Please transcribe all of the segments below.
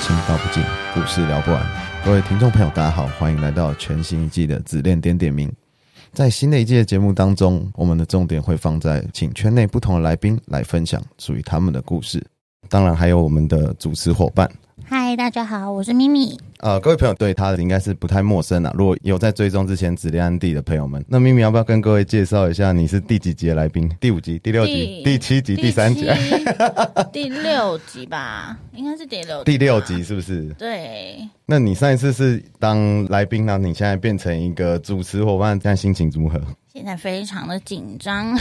心道不尽，故事聊不完。各位听众朋友，大家好，欢迎来到全新一季的子恋点点名。在新的一季的节目当中，我们的重点会放在请圈内不同的来宾来分享属于他们的故事，当然还有我们的主持伙伴。嗨，大家好，我是咪咪。呃，各位朋友对他应该是不太陌生啊了。如果有在追踪之前子恋安地的朋友们，那咪咪要不要跟各位介绍一下你是第几集的来宾？第五集、第六集、第七集、第三集、七、 第六集吧，应该是第六集 吧第六。集是不是？对，那你上一次是当来宾呢、你现在变成一个主持伙伴，现在心情如何？现在非常的紧 张。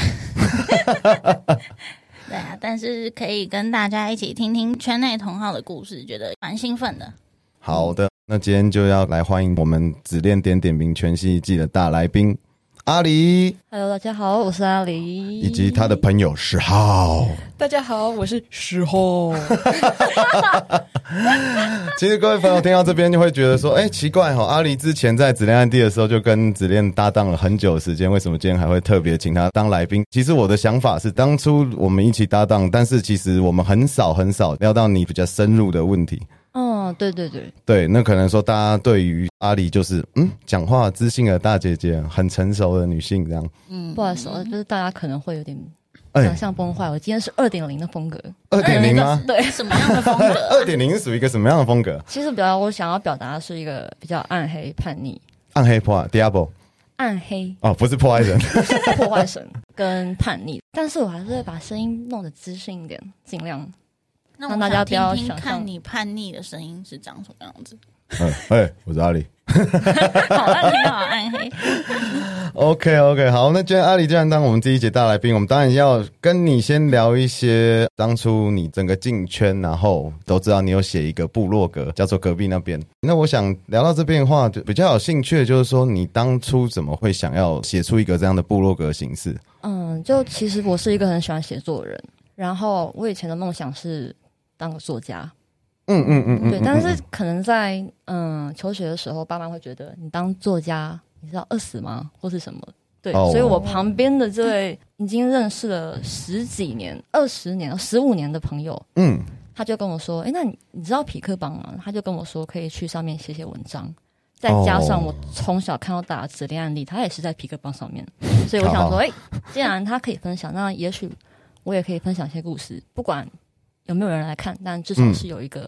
对啊，但是可以跟大家一起听听圈内同好的故事，觉得蛮兴奋的。好的，那今天就要来欢迎我们只练点点名全新一季的大来宾阿狸， Hello，大家好，我是阿狸，以及他的朋友石浩。大家好，我是石候。 其实各位朋友听到这边就会觉得说，哎、奇怪哈、阿狸之前在子恋暗地的时候就跟子恋搭档了很久的时间，为什么今天还会特别请他当来宾？其实我的想法是，当初我们一起搭档，但是其实我们很少很少聊到你比较深入的问题。嗯，对对对，对，那可能说大家对于阿里就是嗯，讲话知性的大姐姐，很成熟的女性这样。嗯，不好意思哦，就是大家可能会有点哎想象崩坏。我今天是二点零的风格，二点零啊吗？ 对什么样的风 格？二点零是属于一个什么样的风格？其实比较我想要表达的是一个比较暗黑、叛逆、暗黑破坏 Diablo 暗黑哦，不是破坏人。破坏神 跟叛逆，但是我还是会把声音弄得知性一点，尽量。那让大家不要听听想象看你叛逆的声音是长什么样子。嗯，哎，我是阿里。好暗黑，好暗黑。 OK OK，好，那既然阿里既然当我们第一节大来宾，我们当然要跟你先聊一些当初你整个进圈，然后都知道你有写一个部落格，叫做隔壁那边。那我想聊到这边的话，就比较有兴趣的就是说，你当初怎么会想要写出一个这样的部落格形式？嗯，就其实我是一个很喜欢写作的人，然后我以前的梦想是当个作家，嗯嗯嗯嗯，对，嗯但嗯是可能在嗯求学的时候，爸妈会觉得你当作家，你是要饿死吗，或是什么？对，哦所以我旁边的这位已经认识了十几年、二十年、十五年的朋友，嗯，他就跟我说：“哎，那你你知道匹克邦吗？”他就跟我说可以去上面写写文章。再加上哦我从小看到大的指令案例，他也是在匹克邦上面，所以我想哦好说，哎，既然他可以分享，那也许我也可以分享一些故事，不管有没有人来看，但至少嗯是有一个、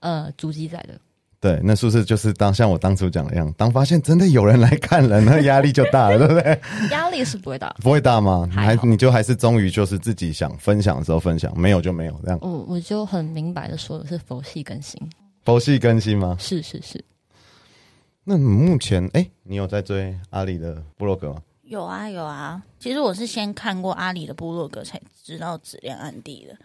呃足迹在的。对，那是不是就是当像我当初讲的一样，当发现真的有人来看了，那压力就大了，对不对？压力是不会大，不会大吗？还好你就还是终于就是自己想分享的时候分享，没有就没有这样，我我就很明白的说的是佛系更新，佛系更新吗？是是是，那你目前哎、你有在追阿里的部落格吗？有啊有啊，其实我是先看过阿里的部落格，才知道质量暗地的。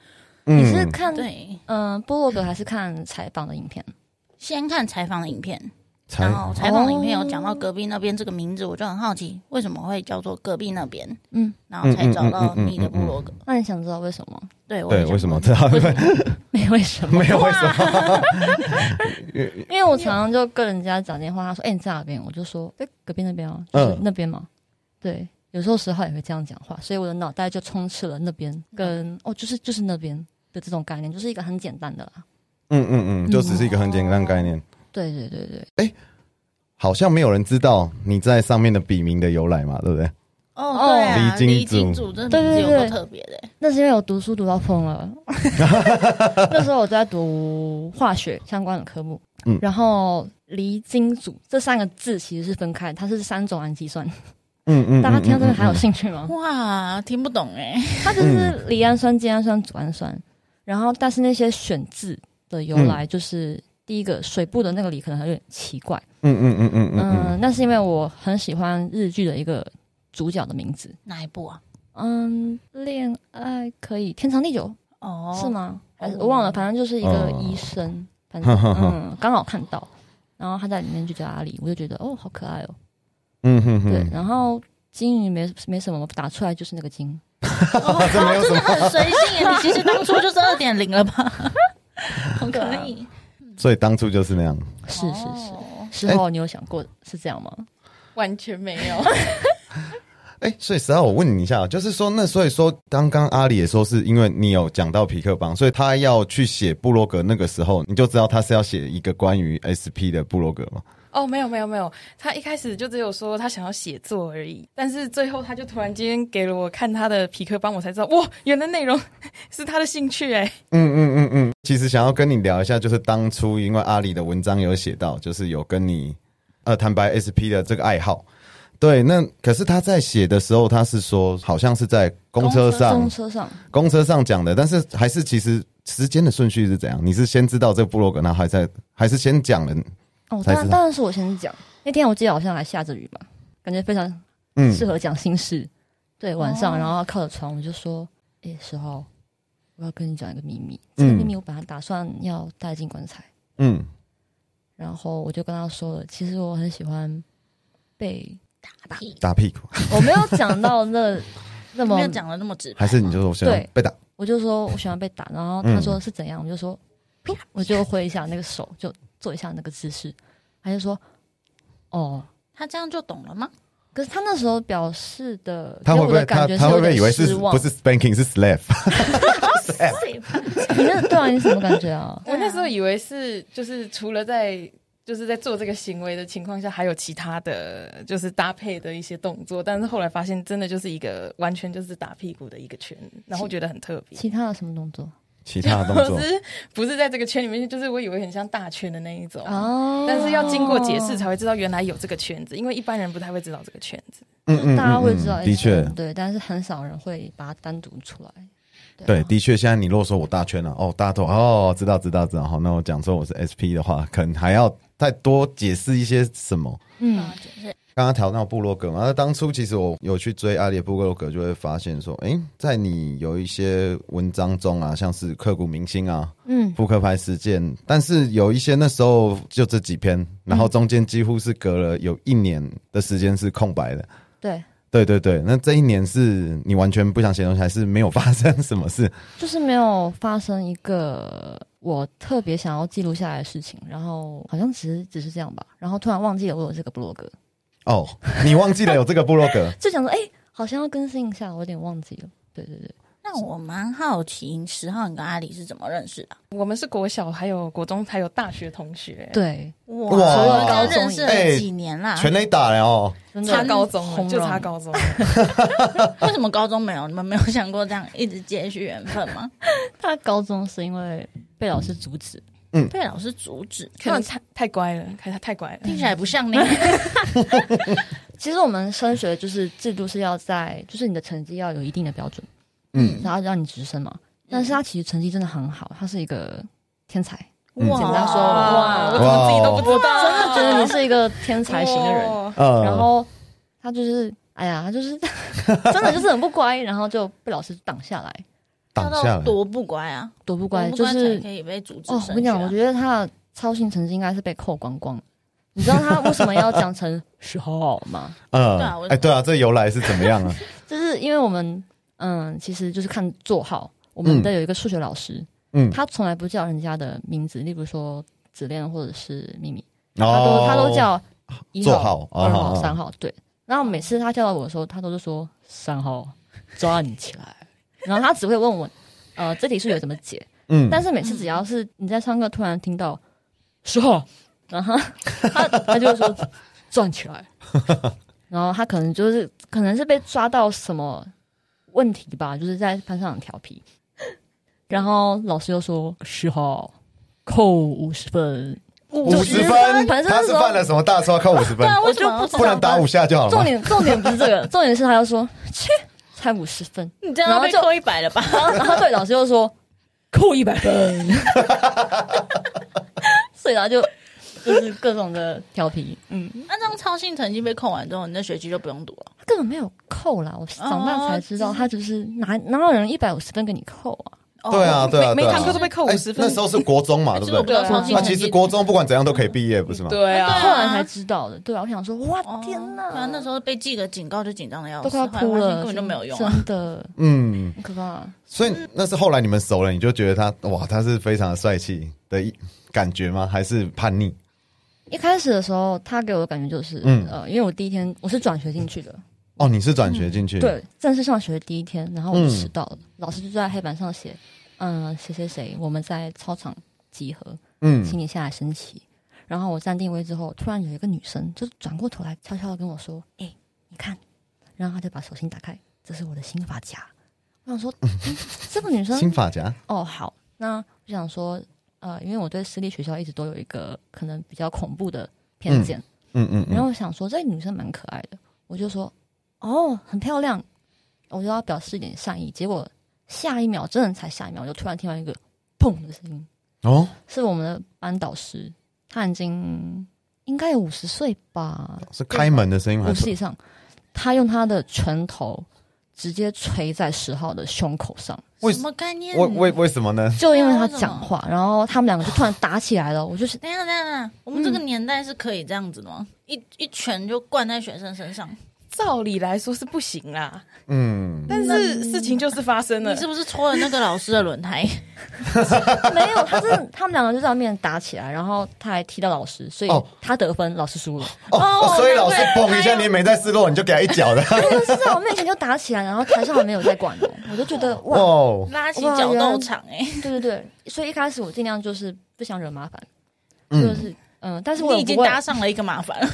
你是看嗯、对，部落格还是看采访的影片？先看采访的影片，才然后采访的影片有讲到隔壁那边这个名字，我就很好奇为什么会叫做隔壁那边，嗯，然后才找到你的部落格。那你想知道为什么？ 对，我对，也想为什么问知道？为什么？没为什么，没有为什么？因为我常常就跟人家讲电话，他说：“哎、你在哪边？”我就说：“在隔壁那边啊，就是嗯那边嘛。对，有时候十号也会这样讲话，所以我的脑袋就充斥了那边跟嗯哦，就是就是那边的这种概念，就是一个很简单的啦。嗯嗯嗯，就只是一个很简单的概念，对对对对，好像没有人知道你在上面的笔名的由来嘛，对不对？哦，对啊，哦离离经经主主这名对字对有对够特别的欸，那是因为我读书读到疯了。 那时候我在读化学相关的科目，嗯然后离经组这三个字其实是分开，它是三种氨基酸。嗯嗯，大家听到这边还有嗯嗯兴趣吗？哇，听不懂哎，它嗯就是离氨酸、精氨酸、组氨酸，然后但是那些选字的由嗯来就是。第一个水部的那个离可能有点奇怪，嗯嗯嗯嗯嗯嗯，那是因为我很喜欢日剧的一个主角的名字，哪一部啊？嗯，恋爱可以天长地久，哦，是？吗？还是哦我忘了，反正就是一个哦医生，反正嗯，刚好看到，然后他在里面就叫阿里，我就觉得哦，好可爱哦。嗯嗯对，嗯，然后金鱼没没什么，打出来就是那个金。哦，这没有什真的么很随性哎，你其实当初就是二点零了 吧？可以，所以当初就是那样。是是是，哎哦 事后你有想过是这样吗？完全没有。哎、所以十号，我问你一下，就是说，那所以说，刚刚阿里也说，是因为你有讲到皮克邦，所以他要去写部落格那个时候，你就知道他是要写一个关于 SP 的部落格嘛？哦，没有没有没有，他一开始就只有说他想要写作而已，但是最后他就突然间给了我看他的皮克邦，我才知道哇，原来内容 是他的兴趣哎。嗯嗯嗯嗯。其实想要跟你聊一下，就是当初因为阿里的文章有写到，就是有跟你呃坦白 SP 的这个爱好。对，那可是他在写的时候，他是说好像是在公车上，公车上，公车上讲的，但是还是其实时间的顺序是怎样？你是先知道这个部落格，然后还在还是先讲了？哦，才知当然道当然是我先讲。那天我记得好像还下着雨嘛，感觉非常嗯，适合讲心事。对，晚上哦然后靠着床，我就说：“诶，十号，我要跟你讲一个秘密。这个嗯秘密我本来打算要带进棺材，嗯然后我就跟他说了，其实我很喜欢被， 打屁，打屁股，我没有讲 到那那么没有讲的那么直白，还是你就说我喜欢对被打？我就说我喜欢被打，然后他嗯说是怎样，我就说，我就挥一下那个手，就做一下那个姿势，他就说，哦，他这样就懂了吗？可是他那时候表示的，他会给不我的会感他觉他会不会以为是是有点失望不是 spanking 是 slap？ 你那对啊，你什么感觉啊？对啊我那时候以为是就是除了在就是在做这个行为的情况下，还有其他的就是搭配的一些动作，但是后来发现真的就是一个完全就是打屁股的一个圈，然后觉得很特别。其他的什么动作 其他的动我作 只，是不是在这个圈里面，就是我以为很像大圈的那一种。哦但是要经过解释才会知道，原来有这个圈子，因为一般人不太会知道这个圈子。嗯嗯大家会知道嗯嗯一的些人，确。对，但是很少人会把它单独出来。对，啊的确，现在你若说我大圈了，哦，大家都哦，知道知道知道，好，那我讲说我是 SP 的话，可能还要再多解释一些什么。嗯啊，，就是刚刚调到部落格嘛，那当初其实我有去追阿里的部落格，就会发现说，诶，在你有一些文章中啊，像是刻骨铭心啊、嗯，扑克牌事件，但是有一些那时候就这几篇，然后中间几乎是隔了有一年的时间是空白的。对，对对对，那这一年是你完全不想写东西，还是没有发生什么 事？就是没有发生一个我特别想要记录下来的事情，然后好像只是只是这样吧，然后突然忘记了我有这个部落格，哦，你忘记了有这个部落 格就想说，哎、好像要更新一下，我有点忘记了。对对对，那我蛮好奇，十号你跟阿里是怎么认识的？啊我们是国小，还有国中，还有大学同学。对，哇除了高中认识哎了几年啦？全垒打了哦，真差的高中了，红就差软高中。为什么高中没有？你们没有想过这样一直接续缘分吗？ 他高中是因为被老师阻止，被老师阻止，可能太太乖了，可能太乖了。 听起来不像你。其实我们升学就是制度是要在，就是你的成绩要有一定的标准，嗯然后让你直升嘛。但是他其实成绩真的很好，他是一个天才，嗯哇，简单哦说哇，我怎哇么自己都不知道？哦哦真的觉得你是一个天才型的人。哇呃，然后他就是，哎呀，他就是 真的就是很不乖，然后就被老师挡下来，挡要下到来，多不乖啊！多不不乖，就才是可以被阻止哦，我升跟你学啊。讲，我觉得他的操行成绩应该是被扣光光。你知道他为什么要讲成 十号吗？对啊我嗯，哎，对啊，这由来是怎么样啊？就是因为我们，嗯，其实就是看座号。我们的有一个数学老师，嗯，他从来不叫人家的名字，例如说子恋或者是秘密， 他都、哦，他都叫一座号号、哦哦二号、哦三号。对，然后每次他叫到我的时候，他都是说三号站起来，然后他只会问我，呃，这题数学怎么解？嗯，但是每次只要是你在上课突然听到十号，然后他他他就会说站 起来，然后他可能就是可能是被抓到什么问题吧，就是在班上很调皮，然后老师又说十号扣五十分，五十50分，反正他那是时候犯了什么大错？扣五十对分，啊，为我什么就不知道不能打五下就好了重吗。点重点不是这个，重点是他要说切才五十分，你这样要被然后就扣一百了吧？然后然后对老师又说扣一百分，所以他就 就是各种的调皮，那这样操性成绩被扣完之后，你那学期就不用读了。他根本没有扣啦，我长大才知哦道他就是哪哪有人一百五十分给你扣啊？哦对啊，对啊，每对每啊堂课都被扣哎五十分。那时候是国中嘛，对不其哎实我不知对？啊道操性那成绩。其实国中不管怎样都可以毕业，不是吗？对啊啊，后来才知道的，对啊，我想说哇哦天对啊哪，那时候被记个警告就紧张的要死，都快要后哭来发现了，根本就没有用啊。真的嗯，很可怕。所以那是后来你们熟了，你就觉得他哇，他是非常帅气的一感觉吗？还是叛逆？一开始的时候，他给我的感觉就是，嗯呃，因为我第一天我是转学进去的，哦，你是转学进去？，对，正式上学的第一天，然后我就嗯迟到了，老师就在黑板上写，嗯、谁谁谁，我们在操场集合，嗯，请你下来升旗。然后我站定位之后，突然有一个女生就转过头来，悄悄的跟我说：“哎、你看。”然后她就把手心打开，这是我的新发夹。我 想说，嗯这个女生新发夹，哦，好，那我想说，呃，因为我对私立学校一直都有一个可能比较恐怖的偏见，嗯嗯然后嗯，我想说这女生蛮可爱的，我就说哦，很漂亮，我就要表示一点善意。结果下一秒，真的才下一秒，我就突然听到一个砰的声音，哦，是我们的班导师，他已经应该有五十岁吧，是开门的声音还五十以是？上，他用他的拳头直接捶在十号的胸口上。为什么概念？为为为什么呢？就因为他讲话，然后他们两个就突然打起来了。我就是等一下，等一下，等一下，我们这个年代是可以这样子的吗？一一拳就灌在学生身上，照理来说是不行啦，嗯，但是事情就是发生了你。是不是戳了那个老师的轮胎？没有，他是他们两个就在那边打起来，然后他还踢到老师，所以哦他得分，老师输了。哦，所以老师砰一下，你没在失落，你就给他一脚的，但是在我面前就打起来，然后台上还没有在管哦，我就觉得哇哇，哦，拉起角斗场哎、欸对对对，所以一开始我尽量就是不想惹麻烦，就嗯，是嗯、但是我你也已不经会，搭上了一个麻烦了。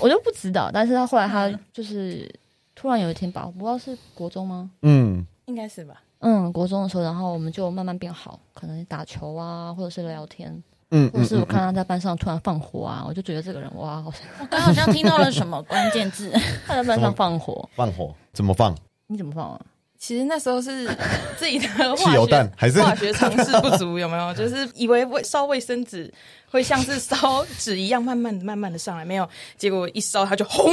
我就不知道，但是他后来他嗯就是突然有一天吧，我不知道是国中吗？嗯，应该是吧？嗯，国中的时候，然后我们就慢慢变好，可能打球啊，或者是聊天，嗯或者是我看他在班上突然放火啊，我就觉得这个人 哇，好像我刚好像听到了什么关键字，他在班上放火，放火怎么放？ 你怎么放啊？其实那时候是自己的化学汽油弹还是化学常识不足，有没 有？就是以为卫烧卫生纸会像是烧纸一样，慢慢慢慢的上来，没有。结果一烧它就轰，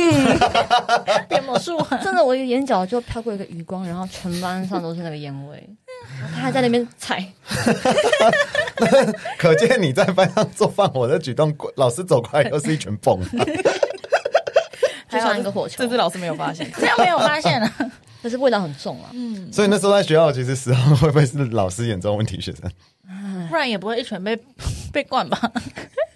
变魔术啊！真的，我眼角就飘过一个余光，然后全班上都是那个烟味， 然后他还在那边踩，可见你在班上做放火的举动，老师走过来又是一拳蹦。就像一个火球这，次老师没有发现。 这样没有发现啊？但是味道很重啊。 所以那时候在学校，其实时候会不会是老师眼中问题学生？不然也不会一拳被被灌吧？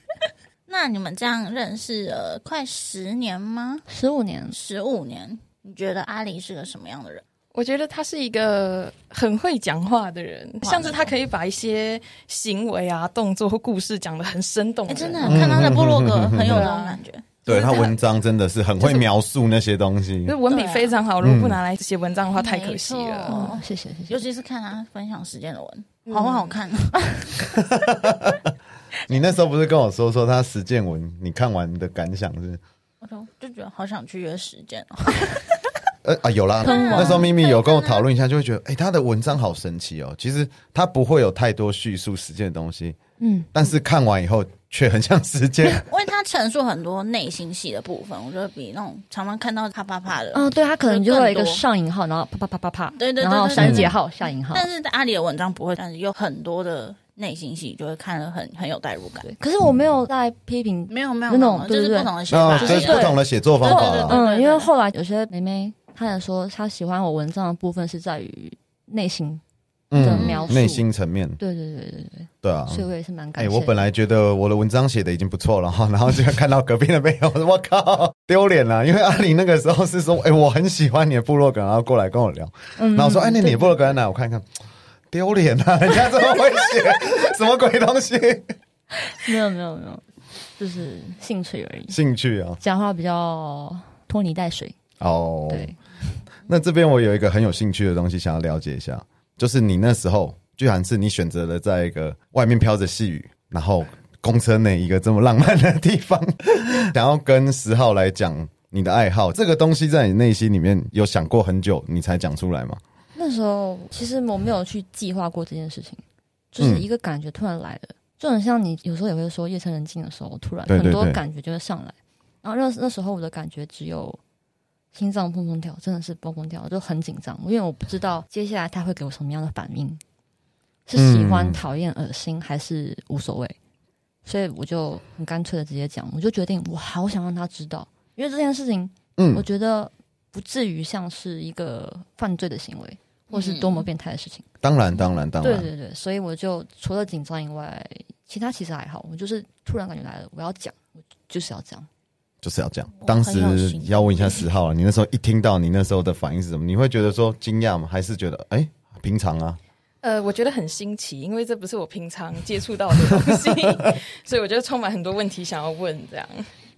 那你们这样认识了快十年吗？十五年，十五年？你觉得阿里是个什么样的人？我觉得他是一个很会讲话的人，像是他可以把一些行为啊、动作或故事讲得很生动哎、真的人看他的部落格很有那种感觉。 对他文章真的是很会描述那些东西就是，文笔非常好。如果不拿来写文章的话，嗯太可惜了。没错哦，谢谢谢尤谢。其是看他分享时间的嗯文，好不好看？啊 你那时候不是跟我说说他实践文，你看完的感想是？我就就觉得好想去约时间哦。呃啊，有啦，喷完那时候咪咪有跟我讨论一下，就会觉得，哎、他的文章好神奇哦。其实他不会有太多叙述实践的东西，嗯，但是看完以后却很像实 践。因为他陈述很多内心戏的部分，我觉得比那种常常看到啪啪啪的，哦，对他可能就会有一个就更多上引号，然后啪啪啪啪啪，对对对然后对对删节号下引号。但是阿里的文章不会，但是有很多的内心戏，就会看得很很有代入感。对，可是我没有在批评，没有没有，那种没有就对对是对不同的写那法，这是对哦不同的写作方法啊对对啦。对嗯，因为后来有些妹妹她也说，她喜欢我文章的部分是在于内心，的描嗯述内心层面，对对对对对，对啊。哦所以我也是蛮哎、感谢。我本来觉得我的文章写的已经不错了哈，然后就看到隔壁的妹，我说我 靠，丢脸了。因为阿里那个时候是说，哎、我很喜欢你的部落格，然后过来跟我聊，嗯，然后我说，哎、那你的部不落格在哪？我看一 看，丢脸啊，人家怎么会写 什么鬼东西？没有没有没有，就是兴趣而已，兴趣啊，讲话比较拖泥带水。哦，对，那这边我有一个很有兴趣的东西想要了解一下，就是你那时候居然是你选择了在一个外面飘着细雨，然后公车内一个这么浪漫的地方， 想要跟十号来讲你的爱好，这个东西在你内心里面有想过很久，你才讲出来吗？那时候其实我没有去计划过这件事情，就是嗯一个感觉突然来了，就很像你有时候也会说夜深人静的时候，突然对对很多对感觉就会上来。然后那那时候我的感觉只有心脏砰砰跳，真的是砰砰跳，我就很紧张，因为我不知道接下来他会给我什么样的反应，是喜欢、嗯讨厌、恶心还是无所谓。所以我就很干脆的直接讲，我就决定我好想让他知道，因为这件事情我嗯，觉得不至于像是一个犯罪的行为，或是多么变态的事情。当然，当然，当对然，对对，所以我就除了紧张以外，其他其实还好。我就是突然感觉来了，我要讲，我就是要讲。就是要这样。哇当很有时型要问一下十号了，你那时候一听到，你那时候的反应是什么？你会觉得说惊讶吗？还是觉得哎、平常啊？呃，我觉得很新奇，因为这不是我平常接触到的东西，所以我觉得充满很多问题想要问。这样，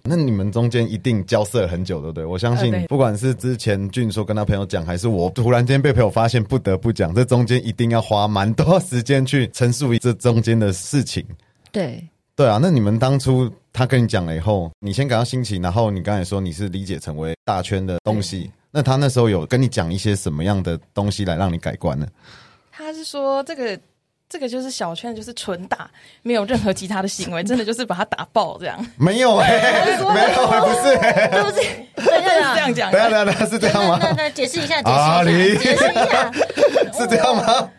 那你们中间一定交涉很久，对不对？我相呃信对，不管是之前俊说跟他朋友讲，还是我突然间被朋友发现不得不讲，这中间一定要花蛮多时间去陈述这中间的事情。对，对啊，那你们当初他跟你讲了以后，你先感到新奇，然后你刚才说你是理解成为大圈的东西，那他那时候有跟你讲一些什么样的东西来让你改观呢？他是说这个这个就是小圈，就是纯打，没有任何其他的行 为，真的就是把他打爆这样，没有哎、没有、欸，不是、欸，对不起，对就是对啊 这样对，讲等一。下等一下等一下是这样那吗？那那解释一下，阿解狸释一下，解释一下， 是这样吗？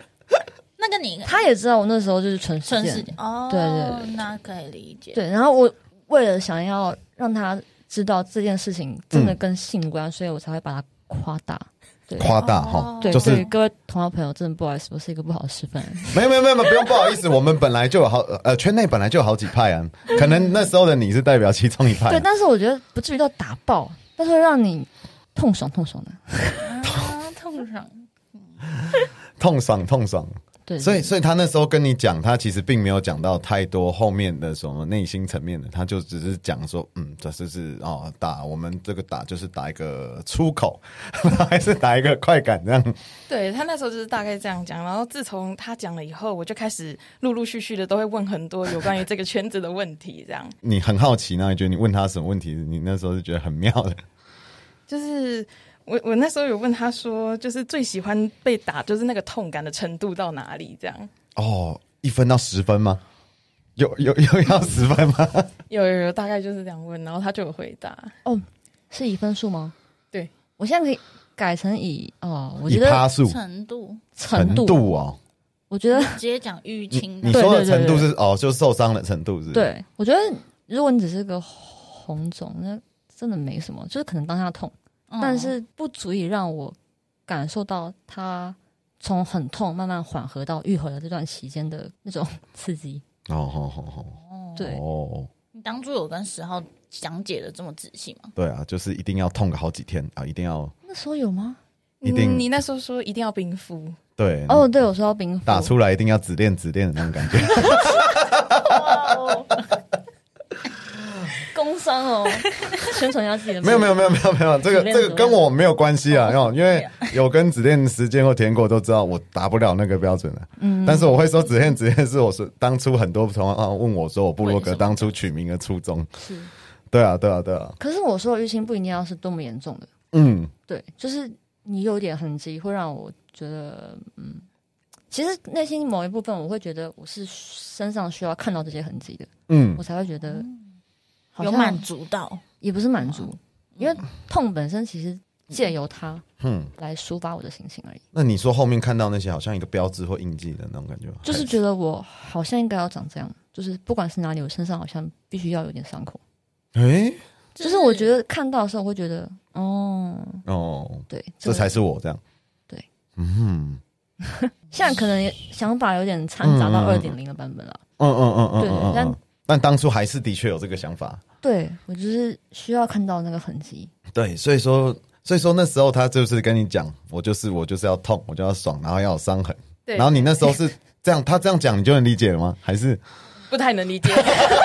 那个你他也知道我那时候就是纯纯实是践，哦，对对那可以理解。对。然后我为了想要让他知道这件事情真的跟性无关，所以我才会把它夸大。嗯对夸大哦哈，对，就是对于各位同行朋友，真的不好意思，我是一个不好的示 范人。没有没有没有，不用不好意思，我们本来就有好呃圈内本来就有好几派啊，可能那时候的你是代表其中一派对，，但是我觉得不至于到打爆，但是会让你痛爽痛爽的。啊，痛上痛爽痛爽。对，所以所以他那时候跟你讲，他其实并没有讲到太多后面的什么内心层面的，他就只是讲说，嗯，这就是哦打我们这个打就是打一个出口， 还是打一个快感这样。对他那时候就是大概这样讲，然后自从他讲了以后，我就开始陆陆续续的都会问很多有关于这个圈子的问题，这样。你很好奇，那你觉得你问他什么问题，你那时候是觉得很妙的。就是我我那时候有问他说，就是最喜欢被打，就是那个痛感的程度到哪里？这样哦，一分到十分吗？有有有要十分吗？有有有，大概就是这样问，然后他就有回答。哦，是以分数吗？对，我现在可以改成以哦，我以觉趴得数程度，程度，哦，我觉得直接讲淤青你的，说的对对程对度是哦，就是受伤的程度是不是？对，我觉得如果你只是个红肿，那真的没什么，就是可能当下痛，嗯但是不足以让我感受到它从很痛慢慢缓和到愈合的这段期间的那种刺激。哦，好好好，哦对，哦，你当初有跟十号讲解的这么仔细吗？对啊，就是一定要痛个好几天啊，一定要那时候有吗？一定嗯你那时候说一定要冰敷，对哦，对，我说到冰敷，打出来一定要只练只练的那种感 觉。工伤哦， 宣传一下自己的。没有没有没有没有没有，这个只练这个只练跟我没有关系啊，哦因为因为有跟只练时间或填过都知道我达不了那个标准了。嗯，但是我会说只练只练是我是当初很多同行啊问我说我部落为什格么当初取名的初衷。是 对啊对啊对啊，可是我说的淤青不一定要是多么严重的，嗯，对，就是你有点痕迹，会让我觉得，嗯，其实内心某一部分，我会觉得我是身上需要看到这些痕迹的，嗯我才会觉得好有像满，足到，也不是满嗯足，因为痛本身其实借由它哼，来抒发我的心情而已，那你说后面看到那些好像一个标志或印记的那种感觉吗，就是觉得我好像应该要长这样，就是不管是哪里，我身上好像必须要有点伤口，哎就是我觉得看到的时候，我会觉得，哦，哦，对，这个才是我这样。对，嗯现在可能也想法有点掺杂到二点零的版本了。嗯嗯嗯嗯对嗯嗯，但嗯但当初还是的确有这个想法。对我就是需要看到那个痕迹，对，所以说，所以说那时候他就是跟你讲，我就是我就是要痛，我就要爽，然后要有伤痕。对，然后你那时候是这 样，他这样讲你就能理解了吗？还是不太能理解。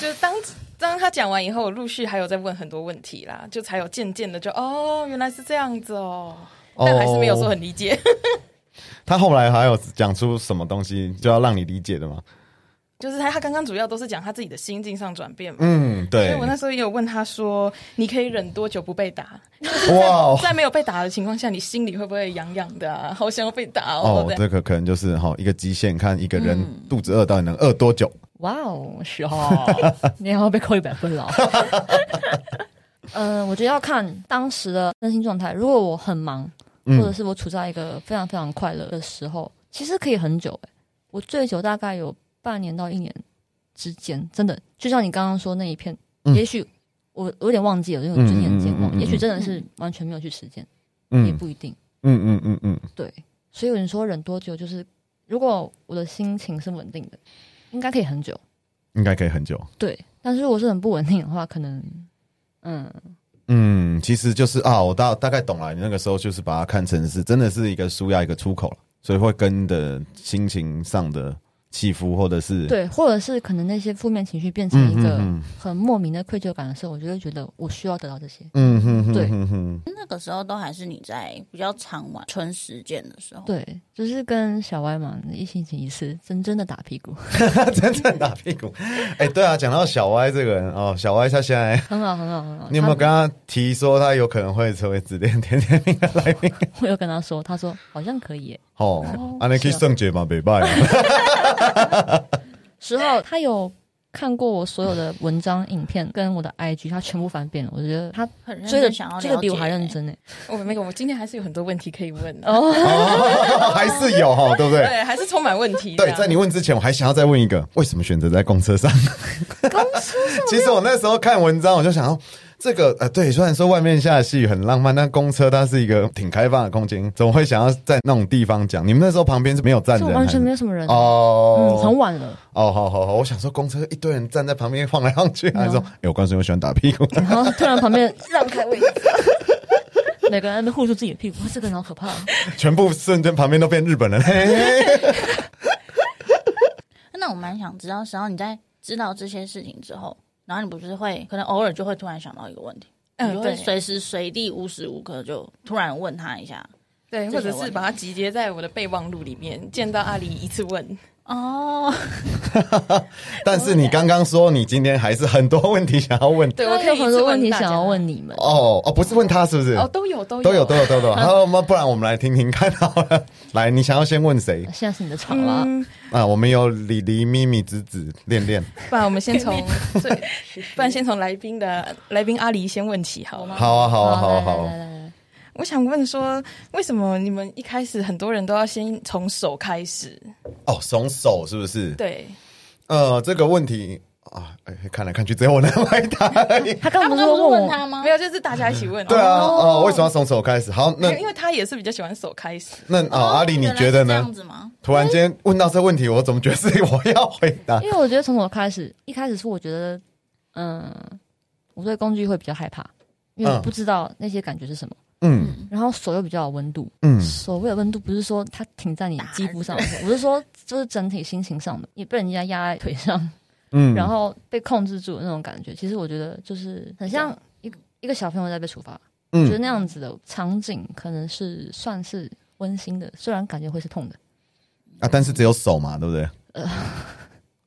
就当当他讲完以后，我陆续还有在问很多问题啦，就才有渐渐的就哦，原来是这样子哦，但还是没有说很理解。哦 他后来还有讲出什么东西就要让你理解的吗？就是他他刚刚主要都是讲他自己的心境上转变嘛。嗯，所对以我。那时候也有问他说：“你可以忍多久不被打？哇哦在没有被打的情况下，你心里会不会痒痒的啊？ 好想要被打 哦！”哦，嗯这样这个可能就是哈一个极限，看一个人肚子饿到底能饿多久。哇哦，是 哦，你要被扣一百分 了。嗯、我觉得要看当时的身心状态。如果我很忙，或者嗯，是我处在一个非常非常快乐的时候，其实可以很久、欸。我最久大概有半年到一年之间，真的，就像你刚刚说那一片，嗯也许我我有点忘记了，因为我之前嗯嗯健嗯嗯忘，嗯也许真的是完全没有去实践，也嗯不一定。嗯嗯嗯嗯，对，所以你说忍多久，就是如果我的心情是稳定的，应该可以很久。应该可以很久。对，但是如果是很不稳定的话，可能嗯，嗯，其实就是啊，我大大概懂了。你那个时候就是把它看成是真的是一个舒压一个出口了，所以会跟的心情上的起伏，或者是，对，或者是可能那些负面情绪变成嗯一个嗯很莫名的愧疚感的时候，我就会觉得我需要得到这些。嗯哼哼对哼哼， 那个时候都还是你在比较常玩纯实践的时候，，对，就是跟小歪嘛，一星期一次，真正的打屁股，真正打屁股。哎、对啊，讲到小歪这个人哦，小歪他现在， 很好，很好，很好。你有没有他跟他提说他有可能会成为指点甜甜蜜的来宾？我有跟他说，他说好像可以耶。哦，安尼去圣啊洁嘛，啊北拜。十号 他有看过我所有的文章、影片跟我的 IG，他全部翻遍了。我觉得他很认追的真想要了解、这个比我还认。真呢。我哦没有，我今天还是有很多问题可以问的、哦，哦，还是有哈，对不对？对，还是充满问题的。对，在你问之前，我还想要再问一个：为什么选择在公车上？ 其实我那时候看文章，我就想到这个呃，对，虽然说外面下细雨很浪漫，但公车它是一个挺开放的空间，怎么会想要在那种地方讲？你们那时候旁边是没有站这人，完全没有有什么人。嗯，哦，很晚了，哦，好好好，我想说公车一堆人站在旁边晃来晃去，还说嗯哎，我告诉你，我喜欢打屁股。 然后突然旁边 让开位置，每个人都护住自己的屁股，哇这个人好可怕。啊全部瞬间旁边都变日 本人，嘿嘿嘿那我蛮想知道，然后你在知道这些事情之后，然后你不是会可能偶尔就会突然想到一个问题，嗯你就会对随时随地无时无刻就突然问他一下。对，或者是把它集结在我的备忘录里面，见到阿里一次问。 哦，但是你刚刚说你今天还是很多问题想要问，对，我他可有以一很次多问题大家想要问你们。哦哦，不是问他是不是？哦，都有都有都有都有都有。好，那不然我们来听听看好了。来，你想要先问谁 现在是你的场了，啊？我们有李黎、咪咪、子子、恋恋。不然我们 先从最，不然先从来宾的来宾阿狸先问起好吗？好啊，好啊，好啊，好来来啊。来来来我想问说，为什么你们一开始很多人都要先从手开始？哦，松手是不是？对，呃，这个问题啊，哎，看来看去只有我 能回答而已。他刚他刚们不是问问我，他吗没？有，就是大家一起问。对啊，哦哦，为什么要松手开始？好，因那为因为他也是比较喜欢手开始。那哦，阿里，你原来觉得是这呢样？子吗？突然间问到这问题，我怎么觉得是我要回答？因为我觉得从我开始，一开始是我觉得，嗯，我对工具会比较害怕，因为我嗯不知道那些感觉是什么。嗯然后手又比较有温度，嗯所谓的温度不是说它停在你肌肤上的，我是说就是整体心情上的，你被人家压在腿上，嗯然后被控制住的那种感觉。其实我觉得就是很像一个一个小朋友在被处罚，我觉得嗯那样子的场景可能是算是温馨的，虽然感觉会是痛的。啊，但是只有手嘛，对不对？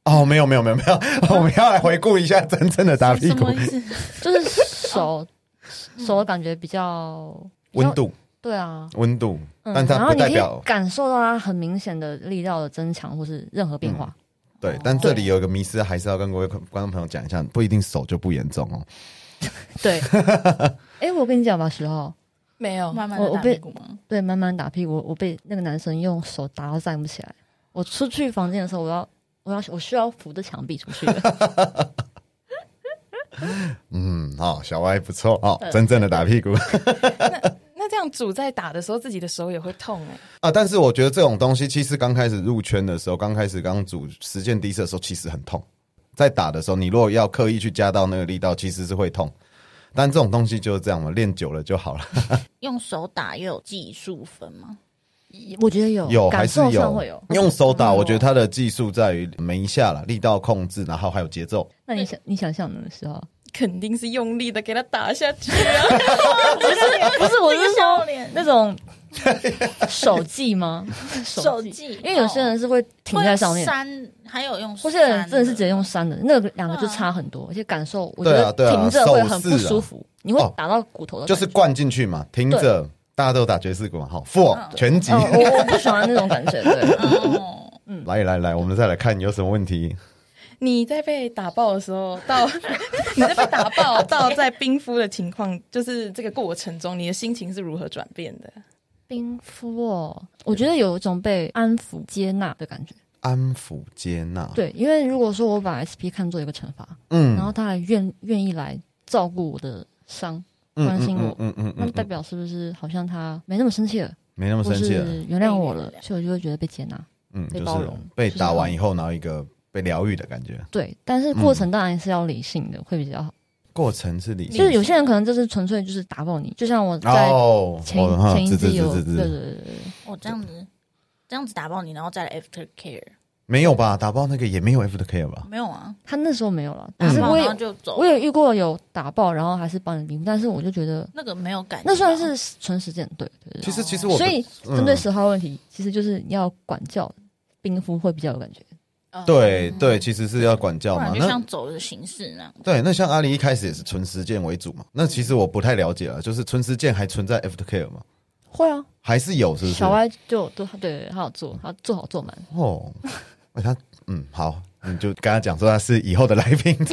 哦，没有没有没有没 有，我们要来回顾一下真正的打屁什股么意 思？就是 手手的感觉比较温，度比较对啊，温度，嗯，但它然后不你代可以表感受到它很明显的力道的增强或是任何变化。对，但这里有一个迷思，还是要跟各位观众朋友讲一下，不一定手就不严重哦。对，哎、我跟你讲吧，十号，没有，慢慢我的我打被屁股吗？对，慢慢打屁股，我被那个男生用手打到站不起来。我出去房间的时候，我要我要我需要扶着墙壁出去的。嗯，好、小歪不错哦，嗯真正的打屁股 那这样主在打的时候，自己的手也会痛哎、啊。但是我觉得这种东西，其实刚开始入圈的时候，刚开始刚组实践第一次的时候，其实很痛。在打的时候，你如果要刻意去加到那个力道，其实是会痛。但这种东西就是这样嘛，练久了就好了。用手打又有技术分吗？我觉得有有还哦感是受上有会有。用手打，嗯我觉得它的技术在于每一下啦，力道控制，然后还有节奏。那你想你想象的时候，肯定是用力的给他打下去啊！不是不是，我是笑说脸 那种手技吗？手技，因为有些人是会停会在上面，扇还有用，或是有人真的是直接用删的，那个两个就差很多，而且感受我觉得对啊对啊停着会很不手势啊舒服，你会哦打到骨头的感觉，哦就是灌进去嘛，停着，大家都有打爵士鼓嘛，好，four 全集嗯，，我我不喜欢那种感觉，对，哦， 来来来，我们再来看有什么问题。你在被打爆的时候，到你在被打爆到在冰敷的情况，就是这个过程中，你的心情是如何转变的？冰敷哦，我觉得有一种被安抚接纳的感觉，安抚接纳，，对，因为如果说我把 SP 看作一个惩罚，嗯然后他还愿愿意来照顾我的伤，关心我嗯嗯那代表是不是好像他没那么生气了，没那么或生气了，是原谅我被了原，谅所以我就会觉得被接纳，嗯，被就包是容被就是打很完以后，然后一个被疗愈的感觉。对，但是过程当然是要理性的，会比嗯较好。过程是理就性是有些人可能就是纯粹就是打爆你，就像我在哦，前、我哈前一是季是有是对是对是对对，我哦这样子这样子打爆你，然后再来 after care，没有吧？打包那个也没有 F 的 K 吧？没有啊，他那时候没有了，嗯但打是爆我然后有就走我，有遇过有打爆，然后还是帮你冰，但是我就觉得那个没有感觉吧，那算是纯实践，对对对。其实其实我所以针对嗯十号问题，其实就是要管教冰敷会比较有感觉。啊对对，其实是要管教不嘛然。就那像走的形式那样。对，那像阿里一开始也是纯实践为主嘛。那其实我不太了解了，就是纯实践还存在 F 的 K 吗？会啊，还是有是不是小？歪就都对对，对他有做，他做好做满。哦，哎他嗯好，你就跟他讲说他是以后的来宾，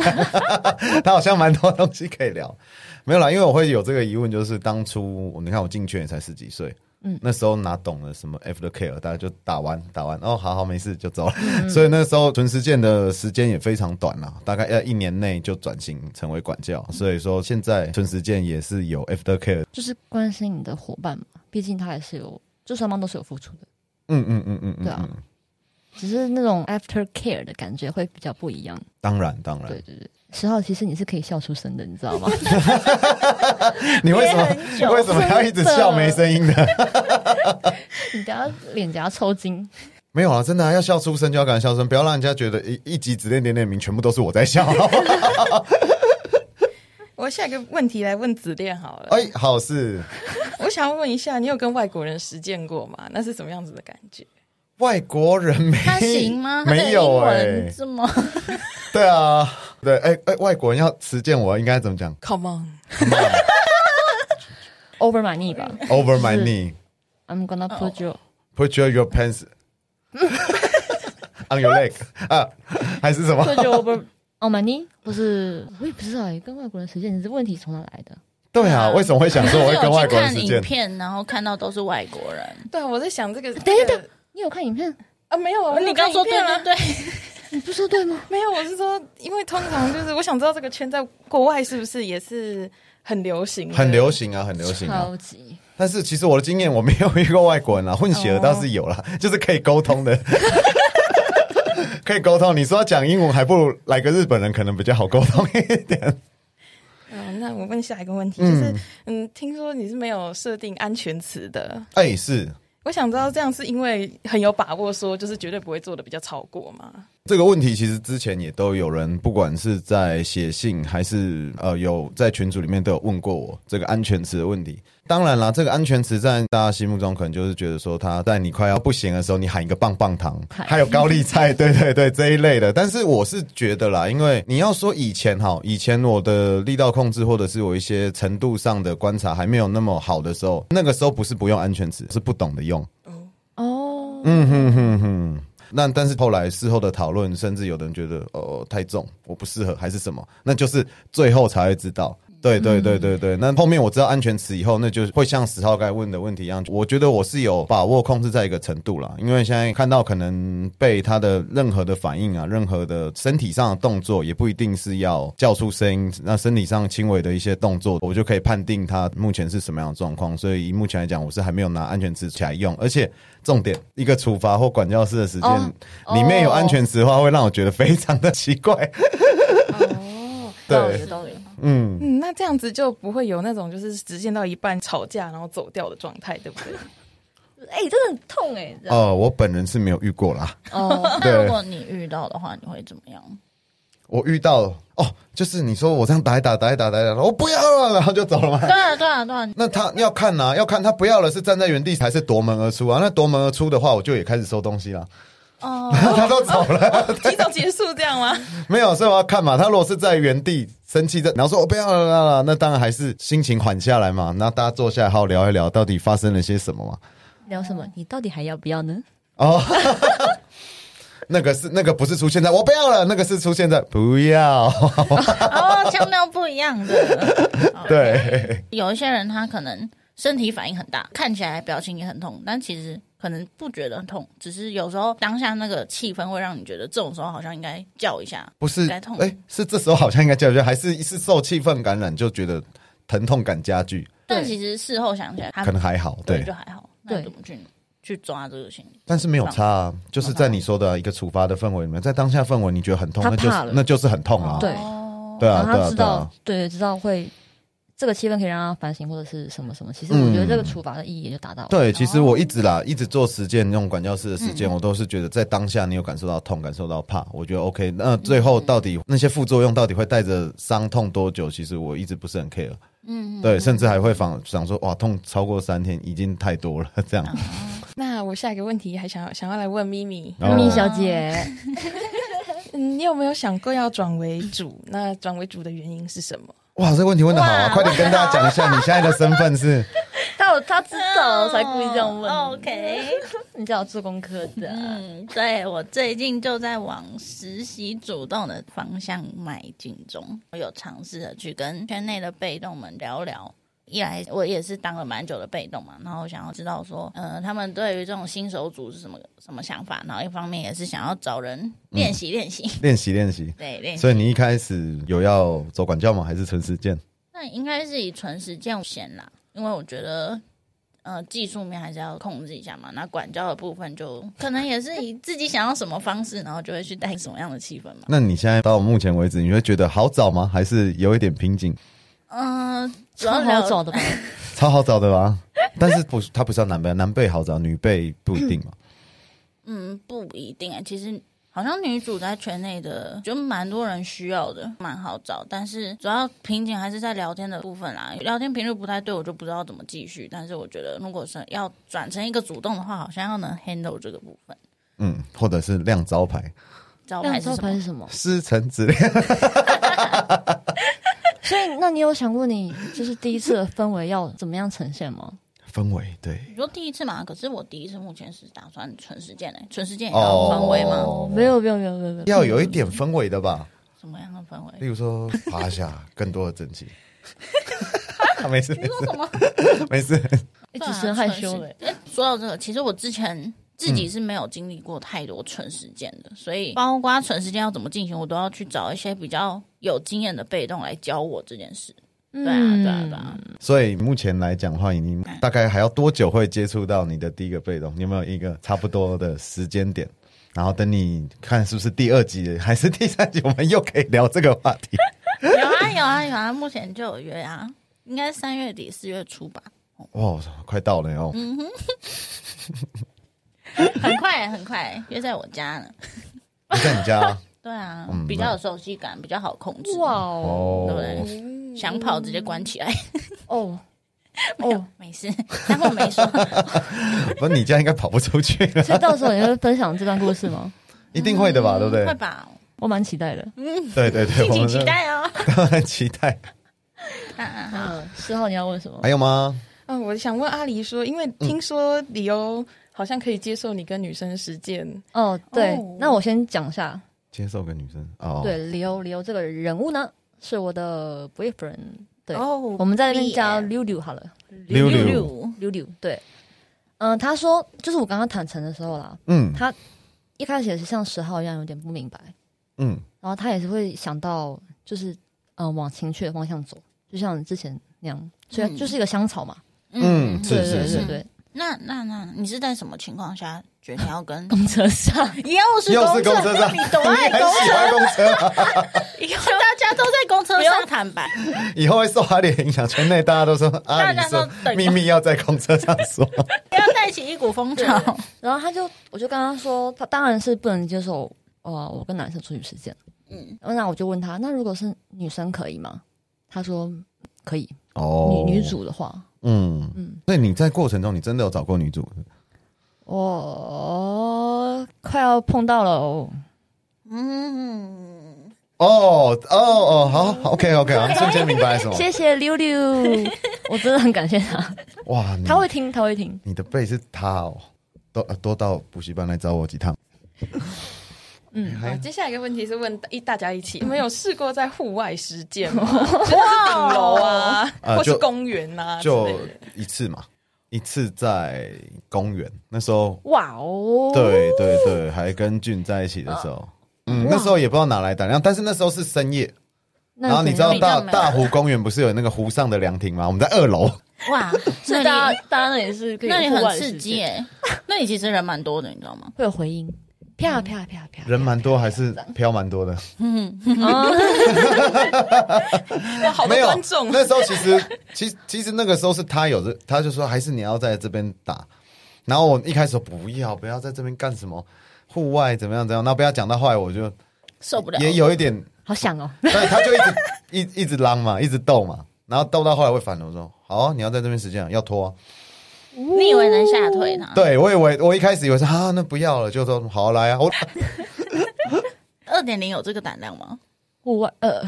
他好像蛮多东西可以聊。没有啦，因为我会有这个疑问，就是当初你看我进圈也才十几岁，嗯嗯，那时候哪懂了什么 F 的 K 了，大家就打完打完，哦，好好没事就走了。嗯所以那时候纯实践的时间也非常短啦，大概要一年内就转型成为管嗯教。所以说现在纯实践也是有 F 的 K，就是关心你的伙伴嘛，毕竟他也是有，就双方都是有付出的，嗯嗯嗯嗯嗯对啊嗯，只是那种 after care 的感觉会比较不一样。当然当然对，对对，十号其实你是可以笑出声的，你知 道吗？你为什憋很么久为什么要一直真的笑没声音的？ 你等下脸颊抽筋，没有啊，真的、啊、要笑出声就要敢笑出声，不要让人家觉得一一集指点点点名全部都是我在笑。 我下一个问题来问子恋好了。哎，好事，我想要问一下，你有跟外国人实践过吗？那是什么样子的感觉？外国人没他行吗？他的 没有英哎、文这么对啊，对，哎、哎、外国人要实践我应该怎么讲 Come on， over my knee 吧？Over my knee, ，I'm gonna put you。 put your your pants on your leg 啊，还是什么？ put you over on my knee，不是，我也不知道哎，跟外国人实践，你这问题从哪来的？对啊，为什么会想说我会 跟外国人就实是有去看影践？片，然后看到都是外国人。 对啊，我在想这个。等一下这等个你有看影片？啊，没有啊，我没有你刚说看对影片啊对对，你不说对吗？没有，我是说，因为通常就是我想知道这个圈在国外是不是也是很流行的，很流行啊，很流行啊！超级，但是其实我的经验，我没有遇过外国人啦，啊混血的倒是有啦，就是可以沟通的，可以沟通。你说要讲英文，还不如来个日本人，可能比较好沟通 一点。哦，那我问下一个问题，嗯就是嗯，听说你是没有设定安全词的，哎，是我想知道这样是因为很有把握说就是绝对不会做的比较超过吗？这个问题，其实之前也都有人，不管是在写信还是呃有在群组里面都有问过我这个安全词的问题。当然啦，这个安全词在大家心目中可能就是觉得说，他在你快要不行的时候，你喊一个棒棒糖，嗨还有高丽菜，对对对这一类的。但是我是觉得啦，因为你要说以前哈，以前我的力道控制或者是我一些程度上的观察还没有那么好的时候，那个时候不是不用安全词，是不懂得用。哦，嗯哼哼哼。那但是后来事后的讨论，甚至有的人觉得哦太重，我不适合，还是什么，那就是最后才会知道。对对对对对，那后面我知道安全词以后，那就会像十号该问的问题一样，我觉得我是有把握控制在一个程度啦，因为现在看到可能被他的任何的反应啊，任何的身体上的动作，也不一定是要叫出声音，那身体上轻微的一些动作，我就可以判定他目前是什么样的状况。所以以目前来讲，我是还没有拿安全词起来用，而且重点，一个处罚或管教室的时间、哦里面有安全词的话，会让我觉得非常的奇怪。哦，对，道理。嗯，嗯，那这样子就不会有那种就是直线到一半吵架然后走掉的状态，对不对？ 哎，真的很痛哎，这样哦，我本人是没有遇过啦，哦，那对如果你遇到的话，你会怎么样？我遇到哦，就是你说我这样打一打，打一打，打一打，我不要了，然后就走了吗对？啊对啊对啊，那他要看呐、要看他不要了是站在原地还是夺门而出啊？那夺门而出的话，我就也开始收东西了。哦， 他都走了，提早结束这样吗？没有，所以我要看嘛。他如果是在原地生气的，然后说我哦不要了啦啦，那当然还是心情缓下来嘛。那大家坐下来好好聊一聊，到底发生了些什么嘛？聊什么？你到底还要不要呢？哦，那个是那个不是出现在我不要了，那个是出现在不 要。哦，腔调不一样的。 对，有一些人他可能身体反应很大，看起来表情也很痛，但其实可能不觉得很痛，只是有时候当下那个气氛会让你觉得这种时候好像应该叫一下。不是该痛哎，是这时候好像应该叫一下，还是是受气氛感染就觉得疼痛感加剧，但其实事后想起来，他可能还好。对对就还好，那你对怎么去？去抓这个心理。但是没有差啊，就是在你说的一个处罚的氛围里面，在当下氛围你觉得很痛，他那就怕是了那就是很痛啊。对哦，对啊，然后对他啊，知对道啊，，对，知道会这个气氛可以让他反省或者是什么什么。其实我觉得这个处罚的意义也就达到了。嗯对。其实我一直啦，一直做实践，用管教式的实嗯践，我都是觉得在当下你有感受到痛，感受到怕，我觉得 OK。那嗯最后到底那些副作用到底会带着伤痛多久？其实我一直不是很 care。嗯，对，甚至还会仿想说，哇，痛超过三天已经太多了， 这样。 那我下一个问题还想要想要来问咪咪，然后咪小姐，嗯，你有没有想过要转为主？那转为主的原因是什么？哇，这个问题问的好啊！哇快点跟大家讲一下，你现在的身份是 他有他知道了才故意这样问。 OK， 你知道我做功课的，啊嗯，对我最近就在往实习主动的方向迈进中，我有尝试着去跟圈内的被动们聊聊。一来我也是当了蛮久的被动嘛，然后想要知道说，呃，他们对于这种新手组是什么什么想法，然后一方面也是想要找人练习练习，练习练习，对练习。所以你一开始有要走管教吗？还是纯实践？那应该是以纯实践先啦，因为我觉得，呃，技术面还是要控制一下嘛。那管教的部分就可能也是以自己想要什么方式，然后就会去带什么样的气氛嘛。那你现在到目前为止，你会觉得好找吗？还是有一点瓶颈？嗯、主超要好聊找的吧？超好找的 吧？但是不，他不是要男备，男备好找，女备不一 定嘛。嗯，不一定啊。其实好像女主在圈内的，就蛮多人需要的，蛮好找。但是主要瓶颈还是在聊天的部分啦。聊天频率不太对，我就不知道怎么继续。但是我觉得，如果是要转成一个主动的话，好像要能 handle 这个部分。嗯，或者是亮招牌，招那牌你是招什牌么是？什么？师承之恋。所以，那你有想过你就是第一次的氛围要怎么样呈现吗？ 氛围对你说第一次嘛？可是我第一次目前是打算纯实践嘞，纯实践也要氛围吗？哦没有，没有，没有，没有，没有要有一点氛围的吧？什么样的氛围？ 例如说趴下，更多的整 齐。 没事，没事，什么？没事。哎主持人害羞了。哎说到这个，其实我之前自嗯己是没有经历过太多纯实践的，所以包括纯实践要怎么进行，我都要去找一些比较有经验的被动来教我这件事。对啊，对嗯啊，对啊。所以目前来讲的话，你大概还要多久会接触到你的第一个被动？你有没有一个差不多的时间点？然后等你看是不是第二集还是第三集，我们又可以聊这个话 题。有啊，有啊，有啊，目前就有约啊，应该三月底四月初 吧，哇，快到了哦！很快，很快，约在我家呢。就在你家对啊嗯，比较有熟悉感，比较好控制。哇哦对不哦，对？想跑直接关起来，哦哦，没事，当我没说。不，你家应该跑不出去了，所以到时候你会分享这段故事吗？一定 会的吧？ 对不会对？吧？我蛮期待的。对对对，敬我请们期 待哦。当然期待。嗯，四号你要问什么？还有吗？嗯，我想问阿狸说，因为听说理欧好像可以接受你跟女生实践，哦，对哦，那我先讲一下，接受个女生哦，对，李欧，李欧这个人物呢，是我的 boyfriend。对，哦我们在那边加 BL 溜溜好了，溜溜溜溜。对，嗯，他说就是我刚刚坦诚的时候啦，嗯他一开始也是像十号一样有点不明白，嗯，然后他也是会想到就是嗯、呃往情趣的方向走，就像之前那样，所以嗯就是一个香草嘛。嗯是对是对是对对，那那那，你是在什么情况下决定要 跟？公车上又是又是公公车上 你多爱很公喜欢公车啊，车，大家都在公车上坦白。以后会受阿里的影响，圈内大家都说阿里大家都说等秘密要在公车上说。不 要带起一股风潮。然后他就，我就跟他说，他当然是不能接受，呃，我跟男生出去实践。嗯，那我就问他，那如果是女生可以吗？他说可以，哦女女，主的话，嗯嗯，所以你在过程中，你真的有找过女主？我哦快要碰到了哦。嗯，哦哦哦，好，OK OK，好，瞬间明白了什么？谢谢 溜溜，我真的很感谢他，嗯哇，你他会听，他会听。你的背是他哦，多呃多到补习班来找我几趟。嗯，好，哎接下来一个问题是问一大家一起，你们有试过在户外实践 吗？就是顶楼啊，呃或是就公园啊之类就的，一次嘛，一次在公园，那时候，哇哦，对对对，还跟俊在一起的时候。嗯，那时候也不知道哪来胆量，但是那时候是深夜，那然后你怎知道样大那你干嘛大湖公园不是有那个湖上的凉亭吗？我们在二楼，哇，是 那大里家大家那里是可以那里户外很的刺时激间， 哎，那里其实人蛮多的，你知道吗？会有回音，啪啪啪啪，人蛮多还是飘蛮多的？哇，好多没有观众，那时候其实，其其实那个时候是他有这，他就说还是你要在这边打。然后我一开始说不要，不要在这边干什么，户外怎么样怎么样。那不要讲到后来，我就受不了，也有一点，好想哦，但他就一直 一一直浪嘛，一直斗嘛。然后斗到后来会反了，我说好啊、你要在这边时间、啊、要拖、啊。你以为能吓退他？对我以为我一开始以为是啊，那不要了，就说好啊来啊，我二点零有这个胆量吗？户外呃，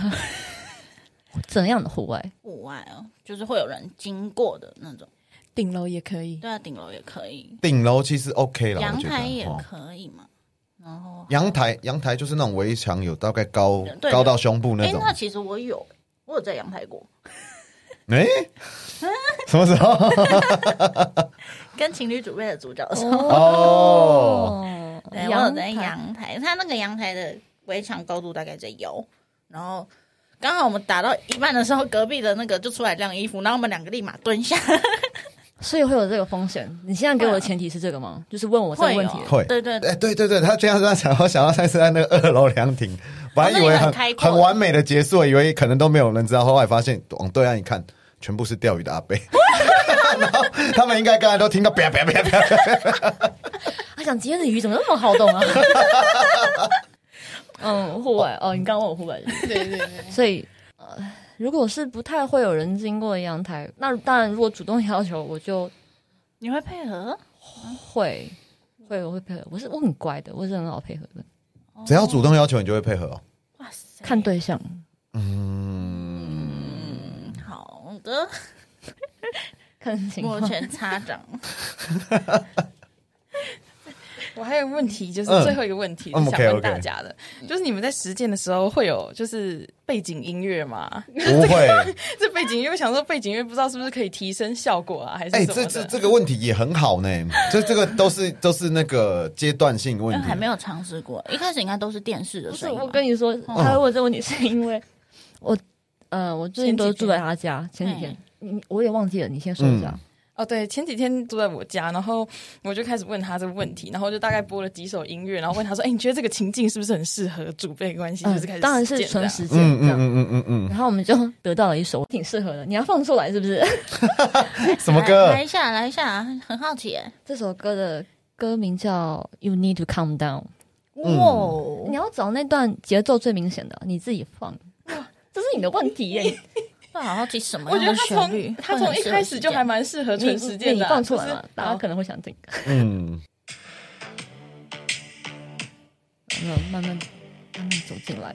怎样的户外？户外哦，就是会有人经过的那种，顶楼也可以，对啊，顶楼也可以，顶楼其实 OK 了，阳我觉得台也哦可以嘛。然后，阳台阳台就是那种围墙，有大概高对高到胸部那哎，种。那其实我有，我有在阳台过，哎、 什么时候？跟情侣组备的主角的时候，哦，对，我有在阳台，它那个阳台的围墙高度大概在腰，然后刚好我们打到一半的时候，隔壁的那个就出来晾衣服，然后我们两个立马蹲下， 所以会有这个风险。你现在给我的前提是这个吗？就是问我这个问题有，会对对哎、对对对，他这样子他想，我想到上次在那个二楼凉亭，本来以为哦那里很很开阔很完美的结束，以为可能都没有人知道，后来发现往对岸一看，全部是钓鱼的 阿伯。然后他们应该刚才都听到啪啪啪啪啪，他想啊今天的鱼怎么那么好动啊？ 嗯，户外哦，你刚刚问我户外的，对对对。所以呃，如果是不太会有人经过的阳台，那当然如果主动要求，我就你会配合？会会我会配合，我是我很乖的，我是很好配合的，只要主动要求，你就会配合 哦。哇塞，看对象。好的，看情摩况，拳擦 掌，我还有问题，就是嗯最后一个问题，嗯是想问 OK，OK 大家的，就是你们在实践的时候会有就是背景音乐吗？ 不会，这背景音乐，我想说背景音乐不知道是不是可以提升效果啊，还是哎、什么的？这这这个问题也很好呢，就这个都是都是那个阶段性问因为题还。没有尝试过，一开始应该都是电视的不是声音吧。我跟你说，他会问这个问题是因为哦 我，呃，我最近都住在他家，前几天，你我也忘记了，你先说一下。嗯哦，对，前几天住在我家，然后我就开始问他这个问题，然后就大概播了几首音乐，然后问他说：“哎、你觉得这个情境是不是很适合主辈关系？”就是开始嗯当然实是践啊这纯样实践嗯嗯这样。嗯嗯嗯然后我们就 得到了一首挺适合的，你要放出来是不 是？嗯，什么来歌来？一下，来一下，很好奇耶。这首歌的歌名叫《You Need to Calm Down》，哇嗯哦，你要找那段节奏最明显的，你自己放。这是你的问 题耶！会好好奇什么我觉样得的他旋律从？他从一开始就还蛮蛮适合你纯实践你的啊、放出来就是了，大家可能会 想听。嗯，然后慢慢慢慢走进来，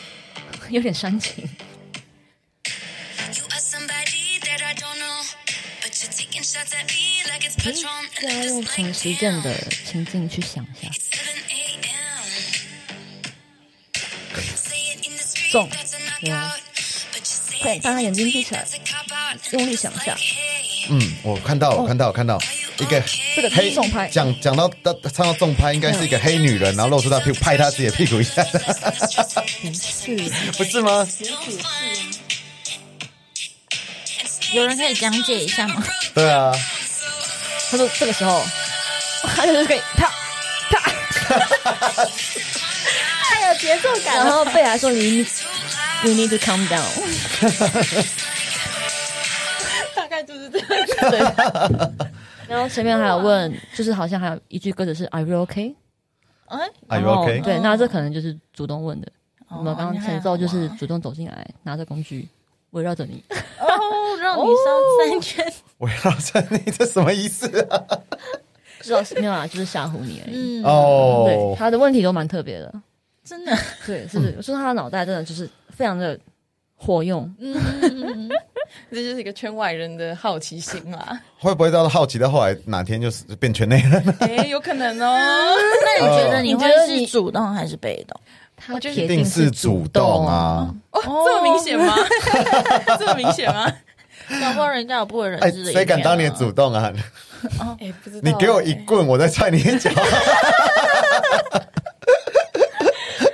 有点煽情。 You are somebody that I don't know, but you're taking shots at me like it's Patron. 大家用纯实践的情境去想一下， It's 7 a.m. Say it in the street, 重 that's a 有 knockout. But you say 快 it 大家 in 眼 the 睛闭 tweet, 起来， that's a cop out. 用力想一下 Like,，hey, 嗯，我看到，我看到，我看到一个哦这个黑重拍，讲讲到到唱到重拍，应该是一个黑女人，然后露出她嗯屁股，拍她自己的屁股一下， 不是吗？有人可以讲解一下吗？对啊，他说这个时候，他就是可以啪啪，太有节奏感 然了。后贝莱说你 you need to calm down， 大概就是这样。然后前面还有问，就是好像还有一句歌词是 Are you okay？哎， Are you 然后 okay？哦对，那这可能就是主动问的。我们刚刚前奏就是哦主动走进来，拿着工具围绕着你，哦，让你上三圈。 我要在你这什么意思啊？知道没有啊？就是吓唬你而已。嗯，对，哦，他的问题都蛮特别的。真的，对，嗯是，我说他的脑袋真的就是非常的活用，嗯这就是一个圈外人的好奇心啦。会不会到好奇到后来哪天就是变圈内 人？哎、有可能哦。那你觉得你你会觉得你是主动还是被动？他觉得铁一定是主动啊！啊！哦，这么明显吗？ 这么明显吗？ 搞不好人家有不为人哎，知的一面啊。谁敢当你的主动啊？哎、不知道、你给 我一。棍，我再踹你一脚。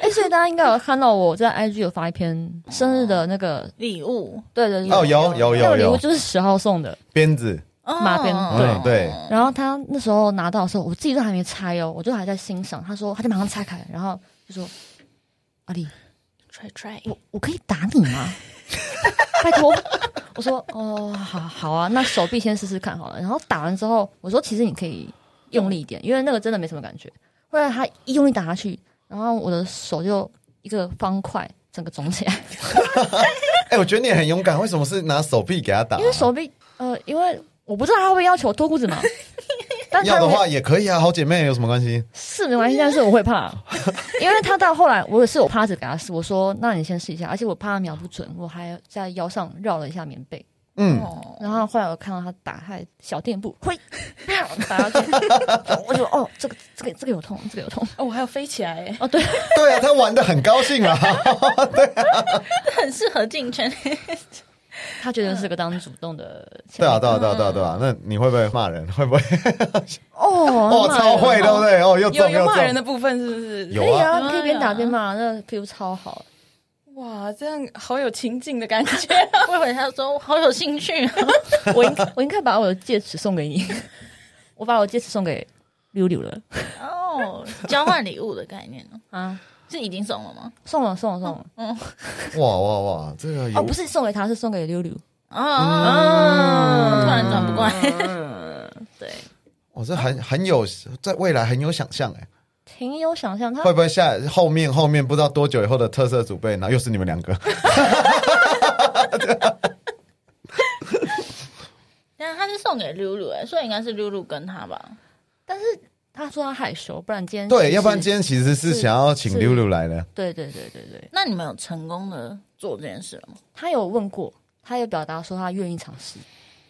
而且且哎大家应该有看到我在 IG 有发一篇生日的那个，礼物对对对，哦，有有那个有礼物有就是十号送的，鞭子，哦马鞭嗯，对，然后他那时候拿到的时候，我自己都还没拆哦，我就还在欣赏。他说，他就马上拆开，然后就说：“阿丽， ，try try，我我可以打你吗？ 拜托。”我说：“哦，好好啊，那手臂先试试看好了。”然后打完之后，我说：“其实你可以用力一点，因为那个真的没什么感觉。”后来他一用力打下去，然后我的手就一个方块整个肿起来，哎，我觉得你很勇敢，为什么是拿手臂给他打啊因？为手臂呃，因为我不知道他会不会要求脱 裤子嘛，但他要的没有话也可以啊，好姐妹有什么关系？是没关系，但是我会 怕，因为他到后来我也是有趴着给他试，我说那你先试一下，而且我怕他瞄不准，我还在腰上绕了一下棉被，嗯，哦，然后后来我看到他打开小垫布，会打下去， 我就哦这个这个这个有痛，这个有痛，哦，我还有飞起来哎，哦对，对啊，他玩的很高兴啊。 很适合进 圈，他觉得是个当主动的前对啊，辈，对啊，对啊，对啊，对嗯啊，那你会不会骂人？会不会？哦哦，超会，对不对？哦，又有中有又骂人中。的部分是不是？有可以啊，啊，可以边打边骂，那 feel 超好，哇，这样好有情境的感觉。我以为他说我好有兴趣 啊，我应该我应该把我的戒指送给你， 我把我戒指送给溜溜了哦，交换礼物的概念呢，啊，是已经送了吗？送了送了送了。哇哇哇，这个有哦，不是送给他，是送给溜溜。哦嗯哦，突然转不过来， 对，我哦这很很有在未来很有想象哎，挺有想象，他会不会下后面后面不知道多久以后的特色组备，然后又是你们两 个？但他是送给露露哎，所以应该是露露跟他吧？但是他说他害羞，不然今天对，是要不然今天其实是想要请是溜溜来的。对对对对对，那你们有成功的做这件事了吗？他有问过，他也表达说他愿意尝试。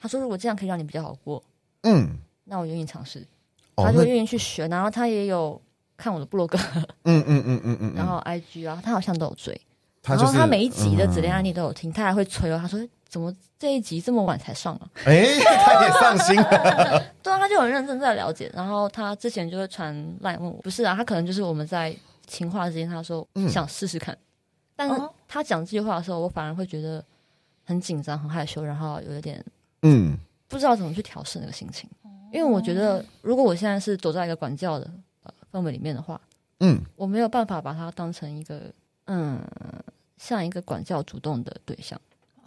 他说如果这样可以让你比较好过，嗯，那我愿意尝试。哦他，就那愿意去学，然后他也有看我的部落格，嗯嗯嗯嗯嗯，然后 IG 啊，他好像都有追。他然就后是嗯他每一集的指令案例都有听，他还会催哦，他说怎么这一集这么晚才上啊？哎，他也上心 了。对啊，他就很认真在了解。然后他之前就会传赖问我，不是啊，他可能就是我们在情话之间，他说想试试看，但是哦他讲这句话的时候，我反而会觉得很紧张、很害羞，然后有一点嗯，不知道怎么去调试那个心情。因为我觉得，如果我现在是躲在一个管教的呃氛围里面的话，嗯，我没有办法把它当成一个嗯，像一个管教主动的对象，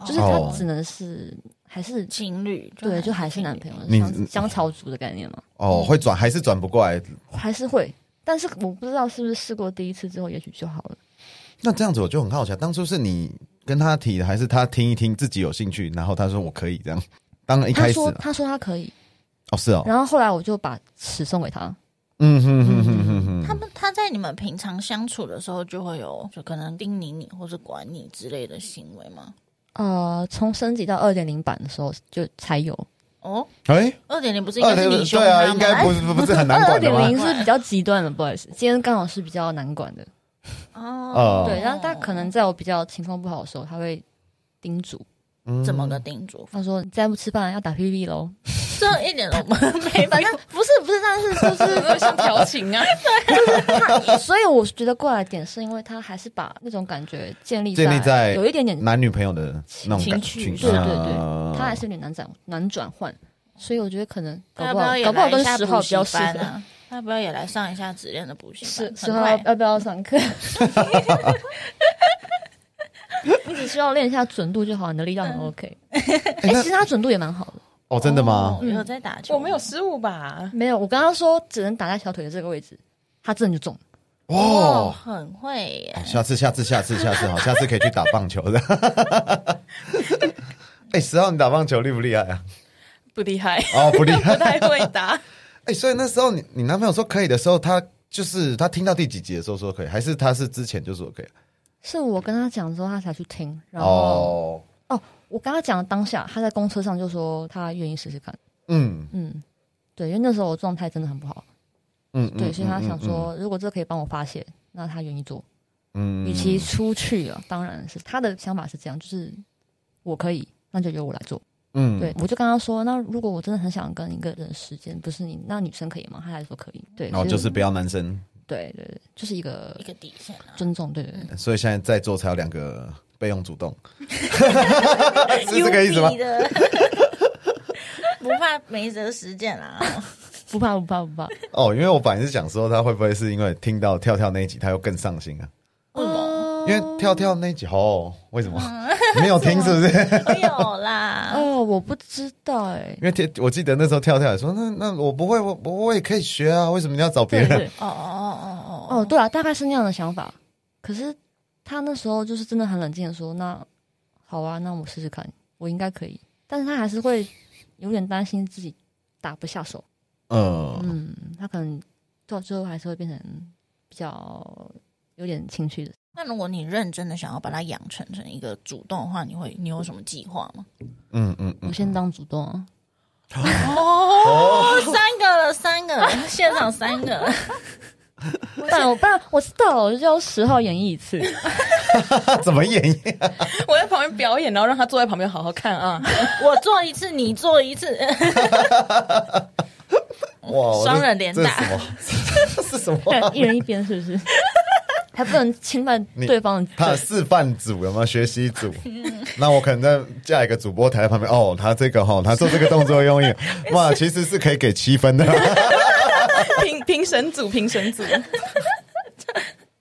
就是他哦只能是还是情侣对，就还是男朋友你香香草族的概念嘛。哦，会转还是转不过来？还是会，但是我不知道是不是试过第一次之后，也许就好了。那这样子我就很好奇啊，当初是你跟他提的，还是他听一听自己有兴趣，然后他说我可以这样？当然一他开始说啊他说他可以，哦是哦，然后后来我就把尺送给他，嗯哼哼哼哼哼，他们他在你们平常相处的时候，就会有就可能叮咛你或是管你之类的行为吗？哦呃，从升级到二点零版的时候就才有，哦，哎，二点零不是应二该是点你凶对他啊，吗？哎应该不是不是很难二管的点吗？零是比较极端的，不好意思，今天刚好是比较难管的，哦哦，对，然后他可能在我比较情况不好的时候，他会叮嘱。哎怎么个叮嘱？他说：“你再不吃饭要打 PV 喽。这一点都没”反正不是不是，但是 就是 像调情啊，他，所以我觉得过来的点是因为他还是把那种感觉建立建立在有一点点男女朋友的嗯那种感情绪，绪对对对，啊他还是有点难转难转换，所以我觉得可能搞要不不好要也搞不好来一跟下十号补比习较适班合。啊？要不要也来上一下质量的补习十班？十很号快啊要不要上课？ 你只需要练一下准度就好，你的力量很嗯 OK。哎，其实他准度也蛮好的。哦，真的吗？哦有在打球，我没有。失误吧？没有，我刚刚说只能打在小腿的这个位置，他真的就中。哦，哦，很会耶！下次下次下次下次好，下次可以去打棒球的。 哎，十号你打棒球厉不厉害啊？不厉 害，哦，不厉害 不。太会打。哎，所以那时候你你男朋友说可以的时候，他就是他听到第几集的时候说可以，还是他是之前就说可以？是我跟他讲之后，他才去听。然后哦，哦，我跟他讲的当下，他在公车上就说他愿意试试看。嗯嗯，对，因为那时候我状态真的很不好。嗯，嗯对，所以他嗯想嗯说，如果这可以帮我发泄，那他愿意做。嗯与其出去了，当然是他的想法是这样，就是我可以，那就由我来做。嗯对，我就跟他说，那如果我真的很想跟一个人时间，不是你，那女生可以吗？他还说可以。对，然后所以就是不要男生对对对，就是一个一个底线啊。尊重，对对对，所以现在在座才有两个备用主 动，是这个意思吗幽闭？的 不怕没得实践啦， 不怕不怕不 怕。哦，因为我本来是想说他会不会是因为听到跳跳那一集，他又更上心啊？哦嗯因为跳跳那一集哦，为什么没 有听？是不是？我有啦。哦，我不知道哎，因为跳，我记得那时候跳跳也说，那那我不会，我我我也可以学啊，为什么你要找别对人？对哦哦哦哦哦，对啊，大概是那样的想法。可是他那时候就是真的很冷静的说：“那好啊，那我试试看，我应该可以。”但是他还是会有点担心自己打不下手。嗯，嗯，他可能到最后还是会变成比较有点情绪的。那如果你认真的想要把它养成成一个主动的话，你会你有什么计划吗？嗯嗯嗯，我先当主动啊， 哦，三个了，三个了，现场三个了，不然我不然我知道了，我就叫十号演绎一 次。那怎么演绎？啊 我在旁边表演，然后让他坐在旁边好好看 啊，我做一次，你做一次， 哇双人连打这 是什么？啊这是什么？一人一边是不 是？还不能侵犯对方的他的对示范组有没有学习组？那我可能在下一个主播台在旁边哦，他这个哈、哦，他做这个动作用意，哇，其实是可以给七分的。 评评审组，评审组，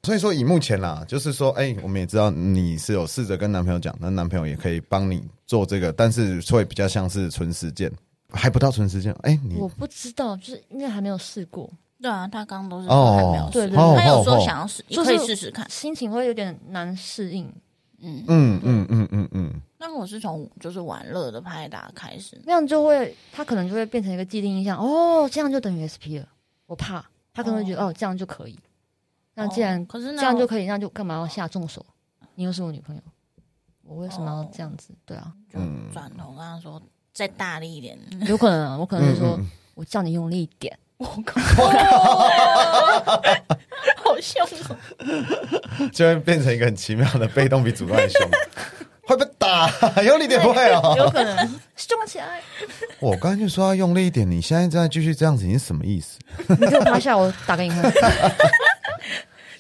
所以说，以目前啦，就是说，哎、我们也知道你是有试着跟男朋友讲，那男朋友也可以帮你做这个，但是会比较像是纯实践，还不到纯实践。哎、你我不知道，就是因为还没有试过，对啊，他刚刚都是说还没有对试，对哦他有哦说哦想要试，你就是可以试试看。心情会有点难适应。嗯，嗯嗯嗯嗯嗯，那我是从就是玩乐的拍打开始，那样就会，他可能就会变成一个既定印象，哦，这样就等于 SP 了。我怕他可能会觉得，哦这样就可以。那既然、哦可是这那样就可以，那就干嘛要下重手？你又是我女朋友，我为什么要这样子？对啊，就转头跟他说再大力一点，有可能啊，我可能就说，我叫你用力一点。 好凶哦！就会变成一个很奇妙的被动比主动还凶， 会被打，有力点不会哦。有可能凶起来， 我刚才就说要用力一点，你现在再继续这样子，你是什么意思？你给我趴下，我打给你看。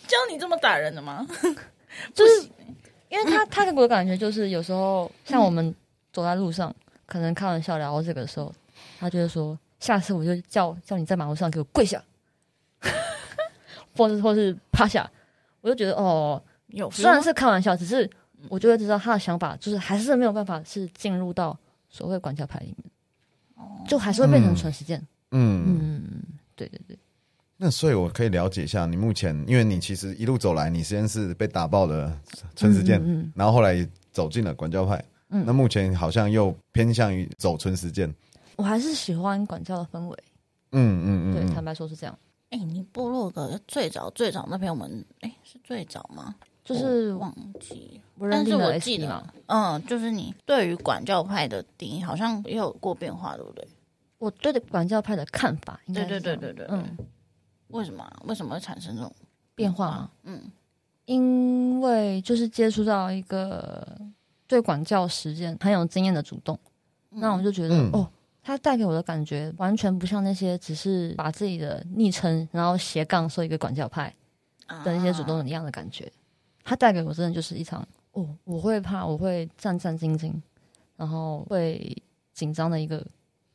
教你这么打人的吗？就是因为他他给我的感觉就是有时候像我们走在路上，可能开玩笑聊到这个的时候，他就会说下次我就叫叫你在马路上给我跪下， 或是或是趴下，我就觉得哦， 有虽然是开玩笑，只是嗯我就会知道他的想法就是还是没有办法是进入到所谓管教牌里面，哦就还是会变成纯实践。嗯嗯，对对对，那所以，我可以了解一下你目前，因为你其实一路走来，你先是被打爆的纯实践，嗯嗯嗯然后后来走进了管教派，嗯那目前好像又偏向于走纯实践，我还是喜欢管教的氛围。嗯嗯对，嗯坦嗯，白说是这样。哎、你部落格最早最早那篇我们哎、是最早吗？就是忘记，我认但是定我的记 SP 嘛得，，嗯，就是你对于管教派的定义好像也有过变化，对不对？我对管教派的看法，应该对对是这样对对对对嗯，为什么啊、为什么会产生这种？变化嘛，嗯，因为就是接触到一个对管教实践很有经验的主动，那我就觉得、嗯哦，他带给我的感觉完全不像那些只是把自己的昵称然后斜杠说一个管教派的那些主啊动一样的感觉，他带给我真的就是一场哦，我会怕，我会战战兢兢，然后会紧张的一个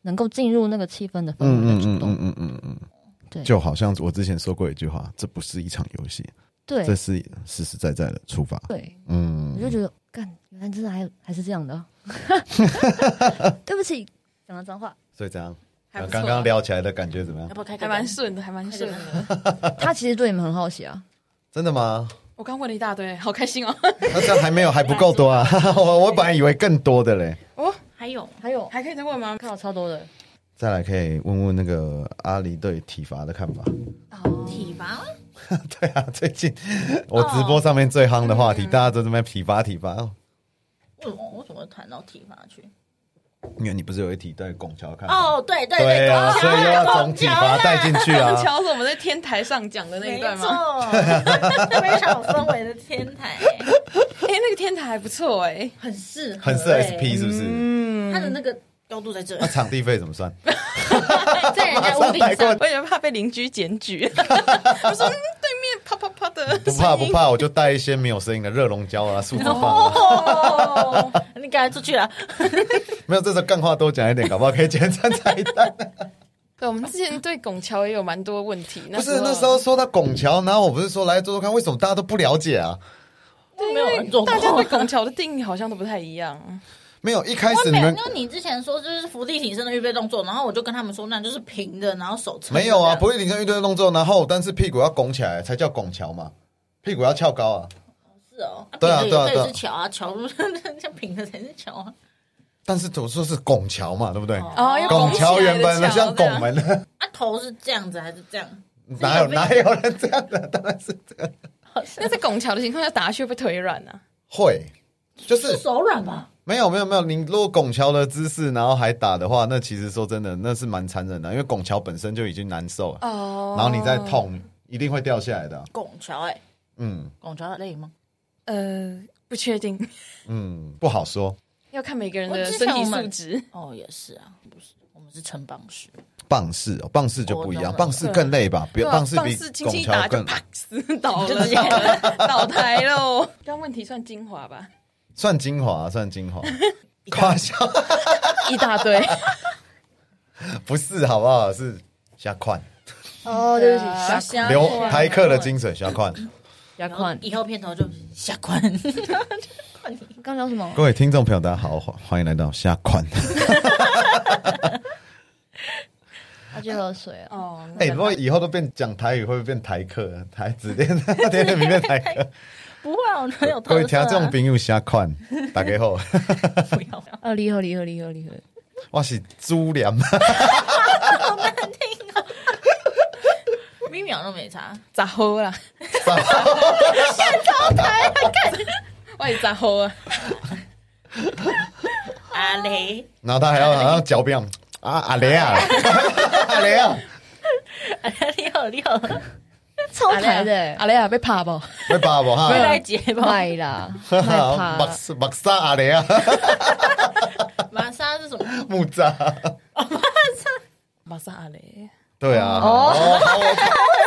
能够进入那个气氛的氛围的嗯嗯主嗯动，嗯嗯嗯嗯对嗯，就好像我之前说过一句话，这不是一场游戏，对这是实实在在的处罚，对。嗯我，就觉得，干，原来真的还有还是这样 的啊、对不起，讲了脏话。所以这样，还不错啊刚刚聊起来的感觉怎么样要？不要开还个蛮灯？顺的，还蛮顺的。他其实对你们很好奇啊，真的吗？我刚问了一 大堆，好开心哦！那这样还没有，还不够多啊！我我本来以为更多的嘞。还有还有还可以再问啊吗？看到超多的，再来可以问问那个阿狸对体罚的看法。 体罚，对啊，最近我直播上面最夯的话题，大家都在那边体罚体罚。哦为什么为什么会谈到体罚去？因为你不是有一题对拱桥看法？哦，对对对啊，拱所桥以又要拱从体罚带进去啊。乔是我们在天台上讲的那没一错段吗？， 非常有氛围的天台、 哎，那个天台还不错 哎，很适合、欸嗯很适合 SP 是不是？他的那个高度在这，那场地费怎么算？ 在人家屋顶 上，我也怕被邻居检举。我说嗯对的不怕不怕，我就带一些没有声音的热熔胶啊、树脂棒啊。哦，你赶快出去啊！没有，这时候干话多讲一点，搞不好可以简单彩蛋。对，我们之前对拱桥也有蛮多问题。不是那时候说到拱桥，然后我不是说来做做看，为什么大家都不了解啊？没有人做过大家 对拱桥的定义好像都不太一样。没有，一开我始没你有，们因为你之前说就是伏地挺身的预备动作，然后我就跟他们说，那就是平的，然后手撑着没有啊，这样不会挺身运动的动作，然后但是屁股要拱起来才叫拱桥嘛，屁股要翘高啊。是哦，对啊平对啊的也对啊可以是桥啊，桥不是 这平的才是桥啊。但是我说是拱桥嘛，对不对？哦，要拱起桥来原本的的像拱这样门的，啊，头是这样子还是这样？ 哪有哪有人这样的？当然是这样。那在拱桥的情况下，打下去会不会腿软啊？会，就是是手软吧？没有没有没有，你如果拱桥的姿势，然后还打的话，那其实说真的，那是蛮残忍的，因为拱桥本身就已经难受了，哦然后你再，痛，一定会掉下来的啊。拱桥哎、嗯拱桥累吗？呃，不确定， 嗯，不好说。要看每个人我的之身前体我们素质。哦，也是啊，不是，我们是撑棒式，棒式哦，棒式就不一我懂样，了棒式更累吧？比对啊棒式棒比式轻轻拱一打桥就更 啪死倒就了直接，倒台喽。 这样问题算精华吧？算精华，算精 华。夸笑一大堆， 不是好不好？是瞎看哦，对不起，啊下留台客的精髓，瞎看。牙然后宽。以后片头就下款，刚聊什么？各位听众朋友，大家好，欢欢迎来到瞎 看。要去喝水啊。哦，哎，如果以后都变讲台语，会不会变台客？ 台指定天天明变台 客。 不会啊，我们各有特位色、啊。听众朋友，瞎看，大家好， 不要不要二零二零二零二零，我是朱良。 一啊秒都没差，咋 吼啦？喂，咋吼啊？阿雷然后他还要好像嚼饼啊阿雷啊阿雷啊，阿雷好厉害， 超台的欸，阿雷啊亚被怕不？会把我回哈，来结哦吧。卖啦， 卖目趴，屎目沙阿雷啊，玛莎是什么？木渣。马上阿雷，对啊，哦，好我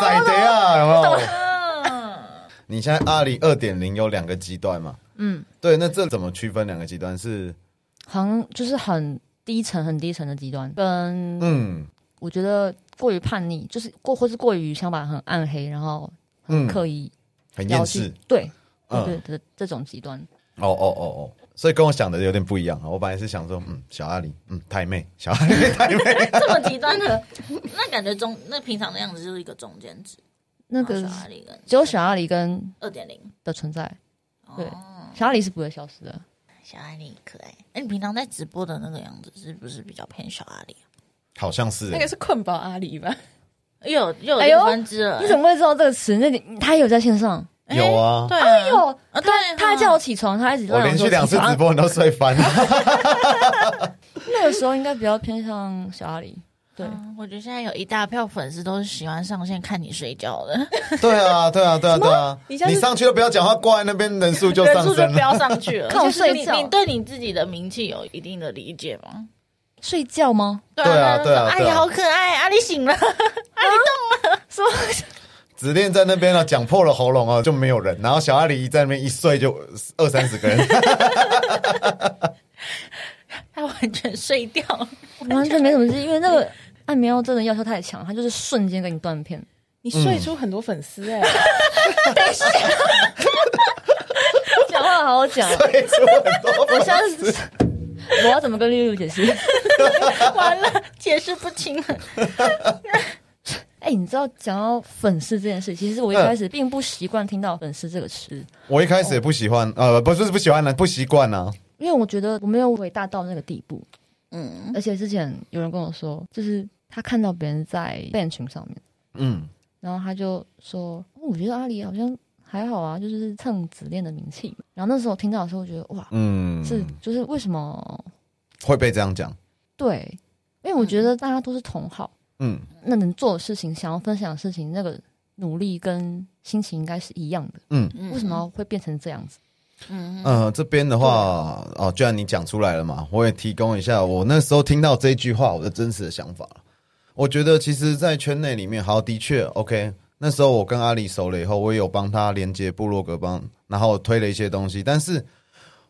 宰贼啊，有没有？你现在阿里二点零有两个极端嘛？嗯，对，那这怎么区分两个极端是？好像就是很低层、很低层的极端，跟嗯我觉得过于叛逆，就是过或是过于想法很暗黑，然后嗯，刻意很要厌去世。对嗯对的这种极端，哦哦哦哦，所以跟我想的有点不一样啊。我本来是想说，嗯，小阿里，嗯，太妹，小阿里太妹。这么极端的，那感觉中那平常的样子就是一个中间值，那个然后小阿里跟只有小阿里跟二点零，的存在，对哦，小阿里是不会消失的。小阿里可爱。哎，你平常在直播的那个样子是不是比较偏小阿里啊？好像是那个是困饱阿里吧？又有又哎有呦一个分支了，你怎么会知道这个词？那你他也有在线上，哎有啊，对啊，有啊对哈，他还叫我起床，他一直让我连续说两起次床直播你都睡翻了。那个时候应该比较偏向小阿里，对，嗯我觉得现在有一大票粉丝都是喜欢上线看你睡觉的，对啊，对啊，对啊，对啊。你像是你上去都不要讲话，挂在那边人数就人上数就升不了。要上去了。看我 就是睡觉你你对你自己的名气有一定的理解吗？睡觉吗？对对啊那对啊那种哎对啊呀，好可爱，阿里醒了， 什么？子恋在那边呢，讲破了喉咙啊，就没有人。然后小阿里在那边一睡就二三十个人。 他完全睡掉了。完全没什么事，因为那个按眠药真的药效太强，它就是瞬间给你断片。你睡出很多粉丝 哎， 讲话好好讲，对，出很多我现在是我要怎么跟六六解 释？完了，解释不清了。哎、你知道讲到粉丝这件事，其实我一开始并不习惯听到粉丝这个词，我一开始也不喜欢，呃，不是不是不喜欢了，不习惯啊。因为我觉得我没有伟大到那个地步。嗯，而且之前有人跟我说，就是他看到别人在 fan 群上面，嗯，然后他就说，哦我觉得阿里好像还好啊，就是蹭子恋的名气。然后那时候我听到的时候，我觉得哇，嗯，是就是为什么会被这样讲。对？因为我觉得大家都是同好。嗯，那能做的事情，想要分享的事情，那个努力跟心情应该是一样的。嗯为什么会变成这样子？嗯，呃，这边的话，哦，既然你讲出来了嘛，我也提供一下我那时候听到这句话我的真实的想法。我觉得其实，在圈内里面，好，的确，OK，那时候我跟阿里熟了以后，我也有帮他连接部落格帮，然后推了一些东西，但是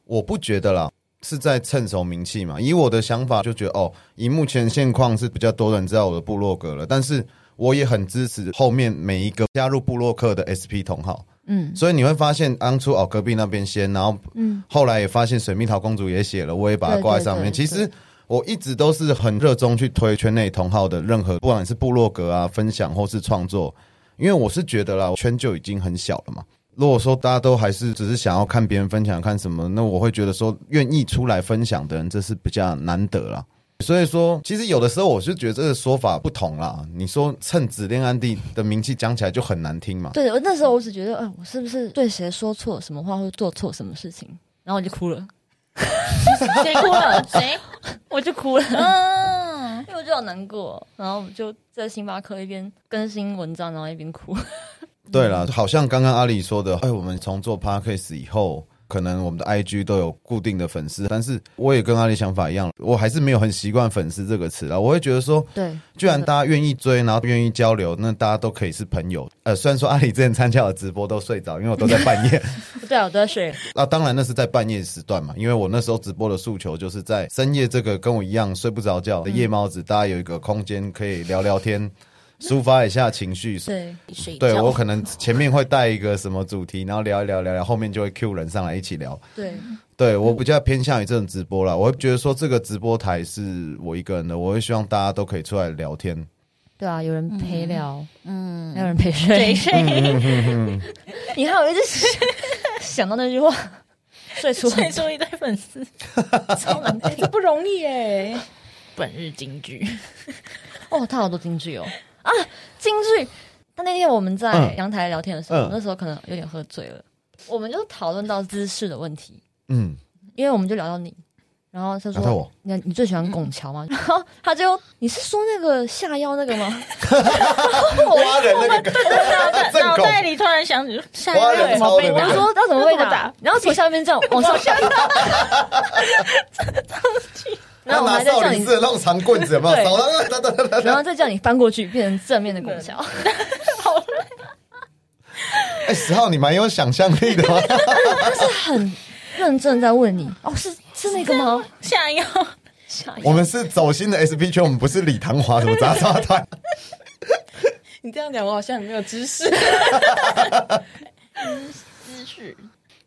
我不觉得啦。是在趁手名气嘛？以我的想法就觉得哦，以目前现况是比较多人知道我的部落格了，但是我也很支持后面每一个加入部落客的 SP 同好，嗯所以你会发现当初哦隔壁那边先，然后嗯，后来也发现水蜜桃公主也写了，我也把它挂在上面。对对对其实我一直都是很热衷去推圈内同好的任何，不管是部落格啊、分享或是创作，因为我是觉得啦，圈就已经很小了嘛。如果说大家都还是只是想要看别人分享看什么，那我会觉得说愿意出来分享的人，这是比较难得啦。所以说，其实有的时候我是觉得这个说法不同啦。你说趁子恋安地的名气讲起来就很难听嘛。对，我那时候我只觉得，哎，我是不是对谁说错什么话，或做错什么事情，然后我就哭了，谁哭了？谁？我就哭了，嗯，因为我就好难过，然后我就在星巴克一边更新文章，然后一边哭。对了，好像刚刚阿里说的，哎，我们从做 podcast 以后，可能我们的 IG 都有固定的粉丝，但是我也跟阿里想法一样，我还是没有很习惯“粉丝”这个词啦。我会觉得说， 对，既然大家愿意追，然后愿意交流，那大家都可以是朋友。呃，虽然说阿里之前参加我的直播都睡着，因为我都在半夜。对啊，我都在睡。那、当然那是在半夜时段嘛，因为我那时候直播的诉求就是在深夜这个跟我一样睡不着觉的夜猫子，大家有一个空间可以聊聊天，抒发一下情绪。对，睡对觉我可能前面会带一个什么主题，然后聊一聊聊聊，后面就会 Q 人上来一起聊。对，对我比较偏向于这种直播啦，我会觉得说这个直播台是我一个人的，我会希望大家都可以出来聊天。对啊，有人陪聊，嗯，还有人陪对睡。睡 你看，我一直想到那句话，睡出很睡出一堆粉丝，超难听。这不容易哎。本日金句，哦，他好多京剧哦啊，京剧。他那天我们在阳台聊天的时候，嗯那时候可能有点喝醉了，我们就讨论到姿势的问题，嗯，因为我们就聊到你，然后他聊到说我：“你你最喜欢拱桥吗？”然后他就：“你是说那个下腰那个吗挖人 那 个梗， 脑袋正脑狗袋里突然想起 下挖一个人怎么超被的？”我那打个，就说：“要怎么被要怎么打打？”然后从下面这样往上上去，然后我拿们还在少叫林你寺的那种长棍子有没有？对少了，哒哒哒哒然后再叫你翻过去，变成正面的拱桥。哎，十号你蛮有想象力的啊嘛。 认真在问你，哦，是是那个吗？下腰，下我腰们是走心的 SP 圈，我们不是李唐华什么杂耍团。 你这样讲，我好像很没有知识。 姿势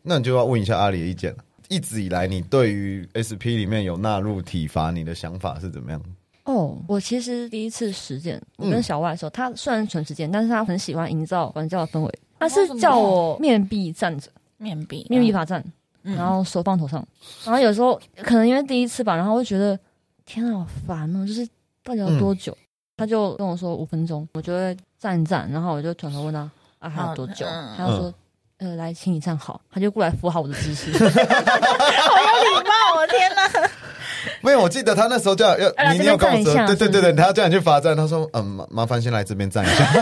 那你就要问一下阿里的意见了。一直以来，你对于 SP 里面有纳入体罚，你的想法是怎么样？哦，我其实第一次实践，我跟嗯小外的时候，他虽然纯实践，但是他很喜欢营造管教的氛围。他哇是怎么叫办我面壁站着，面壁嗯面壁罚站，然后手放头上，然后有时候可能因为第一次吧，然后我就觉得天啊，好烦哦，就是到底要多久？他就跟我说五分钟，我就会站一站，然后我就转头问他啊还有多久？嗯他就说呃来，请你站好，他就过来扶好我的姿势。 礼貌，我天哪！没有，我记得他那时候叫要哎来你，这边你有跟我站一说，下对对是不对是对，他要叫你去罚站，他说嗯，麻麻烦先来这边站一 下，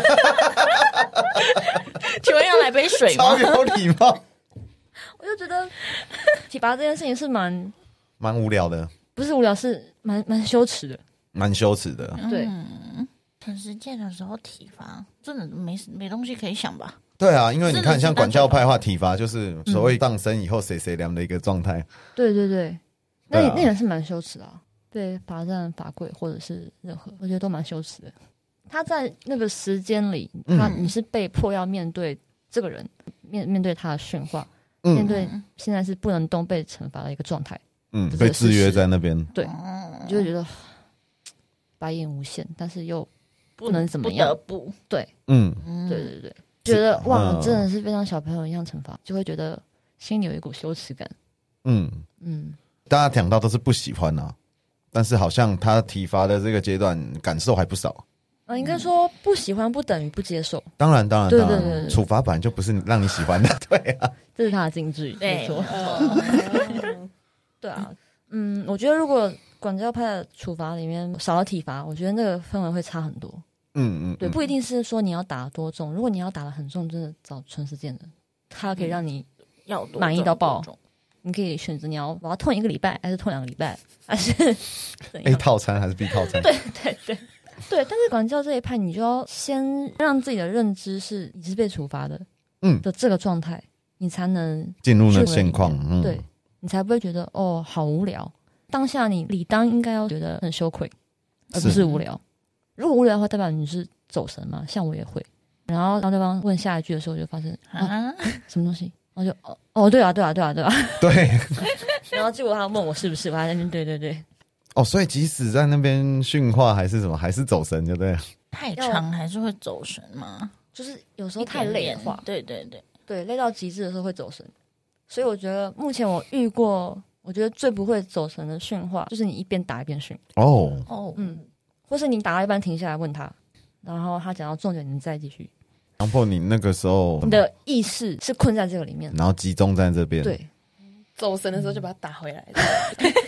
请问要来杯水超吗？有礼貌，我就觉得 体罚这件事情是蛮蛮无聊的，不是无聊，是蛮蛮羞耻的。蛮羞耻的。对嗯，很实践的时候体罚，真的没没东西可以想吧？对啊，因为你真的看，是像管教派的话，体罚就是所嗯谓上身以后谁谁凉的一个状态。对对对，那对也、啊那也是蛮羞耻的、啊，被罚站、罚跪或者是任何，我觉得都蛮羞耻的。他在那个时间里，嗯他、你是被迫要面对这个人，面面对他的训话，面嗯对现在是不能动被惩罚的一个状态，嗯，这被个制事约实在那边。嗯你就会觉得 白眼无限，但是又不能怎么不样得不，对嗯，嗯，对对对，觉得哇，嗯真的是被当小朋友一样惩罚，就会觉得心里有一股羞耻感。嗯，嗯，大家讲到都是不喜欢啊，但是好像他体罚的这个阶段感受还不少。啊，应该说不喜欢不等于不接受，当然，当然，对当对对然，对处罚本来就不是你让你喜欢的，对啊，这是他的金句，没对错。哦 对啊，嗯，我觉得如果管教派的处罚里面少了体罚，我觉得那个氛围会差很多。嗯嗯，对，嗯不一定是说你要打得多重，如果你要打的很重，真的找纯实践的，他可以让你，要多满意到爆种多种你可以选择你要我要痛一个礼拜，还是痛两个礼拜，还是怎 A 样？ 套餐还是 B 套餐？对对，对，但是管教这一派，你就要先让自己的认知是你是被处罚的，嗯的这个状态，你才能进入了现况，嗯，对，你才不会觉得哦好无聊。当下你理当应该要觉得很羞愧，而不是是无聊。如果无聊的话，代表你是走神嘛，像我也会。然后当对方问下一句的时候，我就发现啊啊，什么东西，然后就哦哦对啊对啊对啊对啊， 对，然后结果他问我是不是，我还在那边对对对，哦，所以即使在那边训话还是什么，还是走神，就对了。太长还是会走神吗？就是有时候太累的话，对对对，对，累到极致的时候会走神。所以我觉得目前我遇过，我觉得最不会走神的训话，就是你一边打一边训，哦，哦，嗯，或是你打到一半停下来问他，然后他讲到重点，你再继续。强迫你那个时候你，的意识是困在这个里面，然后集中在这边。，对， 走神的时候就把它打回来。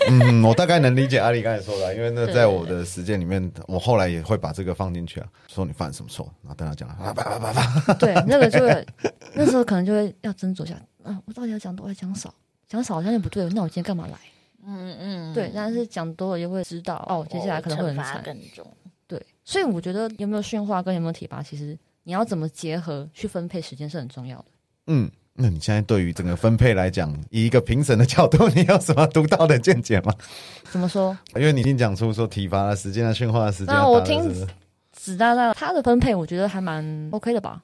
嗯，我大概能理解阿里刚才说的，因为那在我的实践里面，我后来也会把这个放进去啊，说你犯什么错，然后跟他讲，啊啪啪啪啪，对，那个就会，那时候可能就会要斟酌一下，啊，我到底要讲多还是讲少？讲少好像也不对，那我今天干嘛来？嗯嗯，对，但是讲多了也会知道，哦，接下来可能会很惩罚惨。更重。对，所以我觉得有没有训话跟有没有体罚，其实你要怎么结合去分配时间是很重要的。嗯。那你现在对于整个分配来讲，以一个评审的角度，你有什么独到的见解吗？怎么说？因为你已经讲出说体罚的时间啊、训话的时间啊，那我打的时听间子大大他的分配，我觉得还蛮 OK 的吧。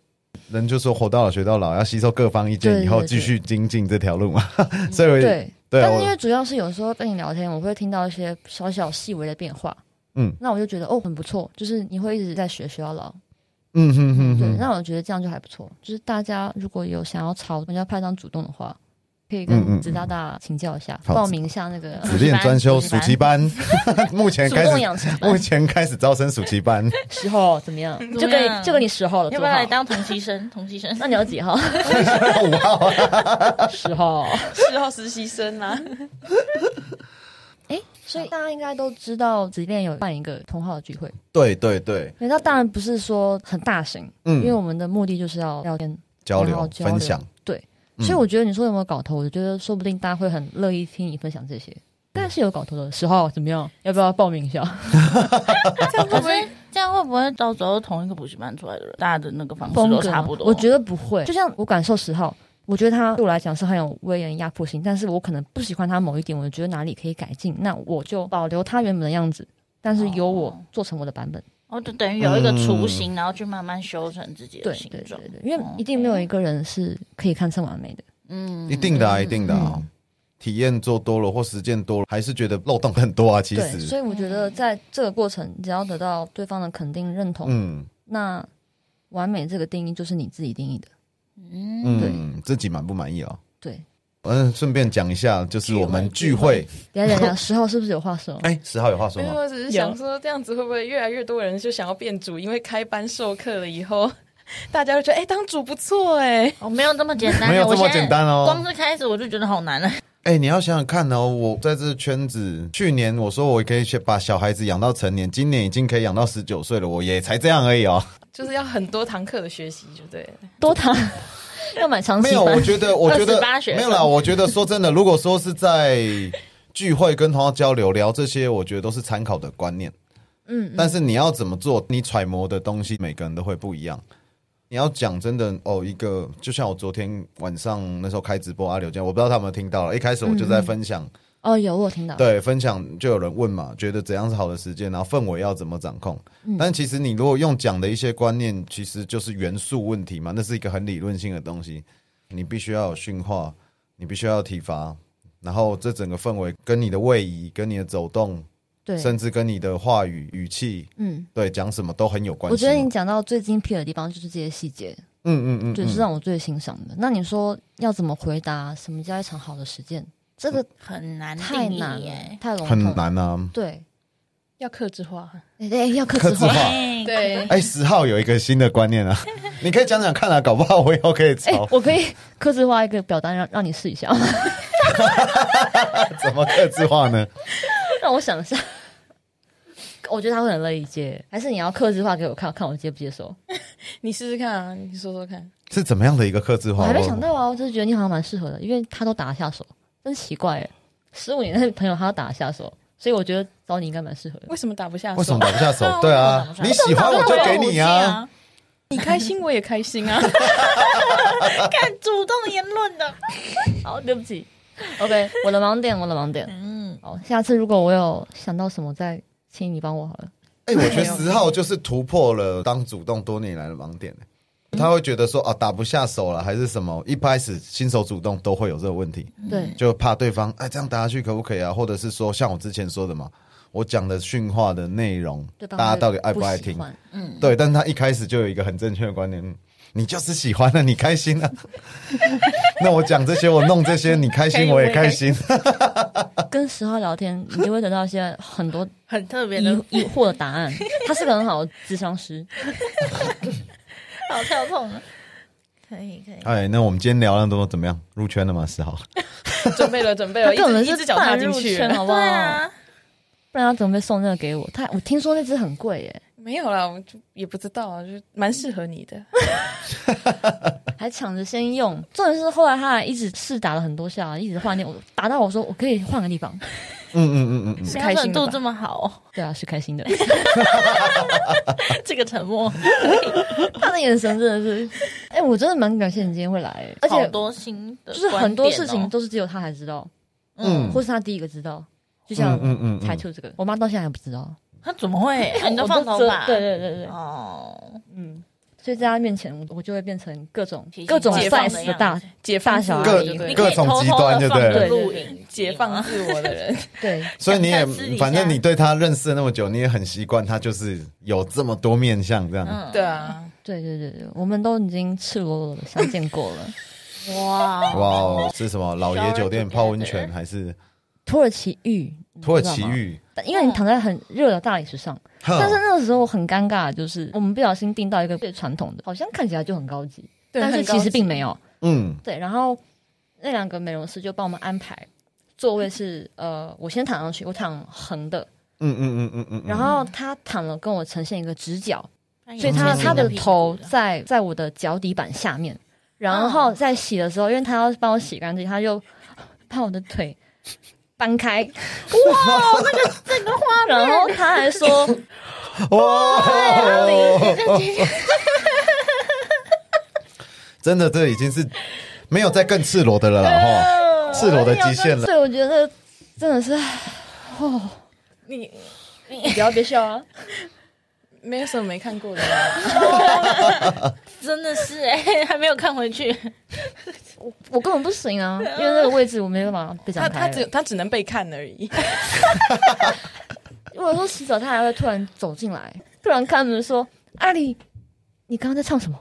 人就说活到老学到老，要吸收各方意见对以后对对继续精进这条路嘛。所以我对，对啊但是我因为主要是有时候跟你聊天，我会听到一些小小细微的变化，嗯，那我就觉得哦很不错，就是你会一直在学学到老，嗯哼哼对，哼，那我觉得这样就还不错。就是大家如果有想要朝人家派上主动的话，可以嗯嗯跟嗯子大大请教一下，好报名一下那个只练专修暑期班，目前主 开动始养成班目前开始招生暑期班，时候怎么样？就跟你就跟你十号了，要不要来做好？当同期生？同期生， 那你要几号？十号。十号实习生 啊，哎，所以大家应该都知道，子恋有办一个同好的聚会。对对对，对，那当然不是说很大型，嗯因为我们的目的就是要聊天，交然流后交流分享，对。嗯所以我觉得你说有没有搞头，我觉得说不定大家会很乐意听你分享这些。但是有搞头的时候怎么样？要不要报名一下？这样会不可 会是 这样会不会到时候同一个补习班出来的人，大家的那个方式风都格差不多？我觉得不会。就像我感受十号，我觉得他对我来讲是很有威严压迫性，但是我可能不喜欢他某一点，我觉得哪里可以改进，那我就保留他原本的样子，但是由我哦做成我的版本。哦，就等于有一个嗯雏形，然后去慢慢修成自己的对形对对状。哦对，因为一定没有一个人是可以堪称完美的。嗯一定的啊，一定的啊。嗯体验做多了或实践多了，还是觉得漏洞很多啊。其对，所实，以我觉得在这个过程，只要得到对方的肯定认同，嗯那完美这个定义就是你自己定义的。嗯，嗯，自己满不满意啊？对，嗯，顺便讲一下，就是我们聚会，等一下等一下，十号是不是有话说？哎，十号有话说没有，吗？我只是想说，这样子会不会越来越多人就想要变主？因为开班授课了以后， 大家就觉得，哎、当主不错哎、我哦没有这么简单，哎啊没有这么我现在简单哦光是开始我就觉得好难了。啊哎、你要想想看哦，我在这圈子，去年我说我可以去把小孩子养到成年，今年已经可以养到十九岁了，我也才这样而已哦。就是要很多堂课的学习，就对了。多糖要买长期没有，班我觉得，我觉得28学生没有啦。我觉得说真的，如果说是在聚会跟同行交流聊这些，我觉得都是参考的观念。嗯，但是你要怎么做，你揣摩的东西，每个人都会不一样。你要讲真的哦，一个就像我昨天晚上那时候开直播阿刘讲，我不知道他有没有听到了。一开始我就在分享。哦，有我有听到。对，分享就有人问嘛，觉得怎样是好的时间，然后氛围要怎么掌控？嗯但其实你如果用讲的一些观念，其实就是元素问题嘛，那是一个很理论性的东西，你必须要有驯化，你必须要有体罚，然后这整个氛围跟你的位移、跟你的走动，对，甚至跟你的话语语气，嗯，对讲什么都很有关系嘛。我觉得你讲到最精辟的地方就是这些细节，嗯嗯嗯，对，嗯是让我最欣赏的。那你说要怎么回答什么叫一场好的实践？这个很难太定义难了耶，，太笼统，很。难啊。对，要克制化，哎 对，要克克制制化。化，哎，对，哎，十号有一个新的观念 啊，你可以讲讲看啊，搞不好我以后可以哎抄，我可以克制化一个表单让让你试一下， 怎么克制化呢？让我想一下。我觉得他会很乐意接，还是你要克制化给我看看我接不接受？ 你试试看啊，你说说看。是怎么样的一个克制我化？还没想到啊，我就是觉得你好像蛮适合的，因为他都打得下手，真奇怪哎。十五年的朋友他都打得下手，所以我觉得找你应该蛮适合的。为什么打不下手？为什么打不下手？对啊，手你喜欢我就给你啊。啊！你开心我也开心 啊？看主动的言论的，好，对不起。OK，我的盲点，我的盲点。嗯，好，下次如果我有想到什么，再请你帮我好了。哎、我觉得十号就是突破了当主动多年以来的盲点、欸他会觉得说啊，打不下手了，还是什么？一开始新手主动都会有这个问题，对，就怕对方哎这样打下去可不可以啊？或者是说像我之前说的嘛，我讲的训话的内容，对大家到底爱不嗯爱喜听？欢对，但他一开始就有一个很正确的观念，嗯你就是喜欢了，你开心 了。那我讲这些，我弄这些，你开心我也开心。跟十号聊天，你就会得到一些很多很特别疑的，疑惑的答案。他是个很好的智商师。好跳痛啊！可以可以，哎，那我们今天聊了多怎么样？入圈了吗？十号？准备了，准备他了，一根本只一是只脚踏半进入去圈，了。好不对好？啊，不然他准备送那个给我。他我听说那只很贵耶，没有啦，我就也不知道啊，就是蛮适合 你的。还抢着先用。重点是后来他还一直试打了很多下，一直换电，我打到我说我可以换个地方。 嗯嗯嗯嗯嗯。是标开准心的度吧这么好哦，对啊，是开心的。 这个沉默，他的眼神真的是， 哎、我真的蛮感谢你今天会来，而好且多哦新的、就是很多事情，都是只有他才知道，嗯或是他第一个知道。就像嗯嗯嗯嗯台兔这个，我妈到现在还不知道，他怎么会？啊你都我放头遮发？对对对对，哦，嗯，所以在他面前，我我就会变成各种体型各种解放的 size 的大样子解放大小自我各就对你了可各以种偷极偷端地就放对了录影解放机自我的人，对，所以你也想在私底下反正你对他认识那么久，你也很习惯他就是有这么多面相这样。嘛， 对啊，对对对对，我们都已经赤裸裸的相见过了。嗯，哇，哇哦，是什么老爷酒店 Shower together 泡温泉还是土耳其浴，土耳其你知道吗，浴？但因为你躺在很热的大理石上，哼但是那个时候很尴尬，就是我们不小心订到一个最传统的，好像看起来就很高级，对但是其实并没。很高有。级嗯对，然后那两个美容师就帮我们安排座位是，呃，我先躺上去，我躺横的，嗯嗯嗯嗯嗯，嗯然后他躺了跟我呈现一个直角，所所以他他的头在在我的脚底板下面，然后在洗的时候，因为他要帮我洗干净，他就把我的腿搬开，哇，那个这个画面，然后他还说，哇，真的这已经是没有再更赤裸的了啦哈，赤裸的极限了。对，我觉得真的是，哦，你你不要别笑啊， 没有什么没看过的啊， 真的是哎， 还没有看回去，我根本不行啊，因为那个位置我没办法被他展他开只了。他只能被看而已。如果说洗澡，他还会突然走进来，突然开门说：“阿里，你刚刚在唱什么？”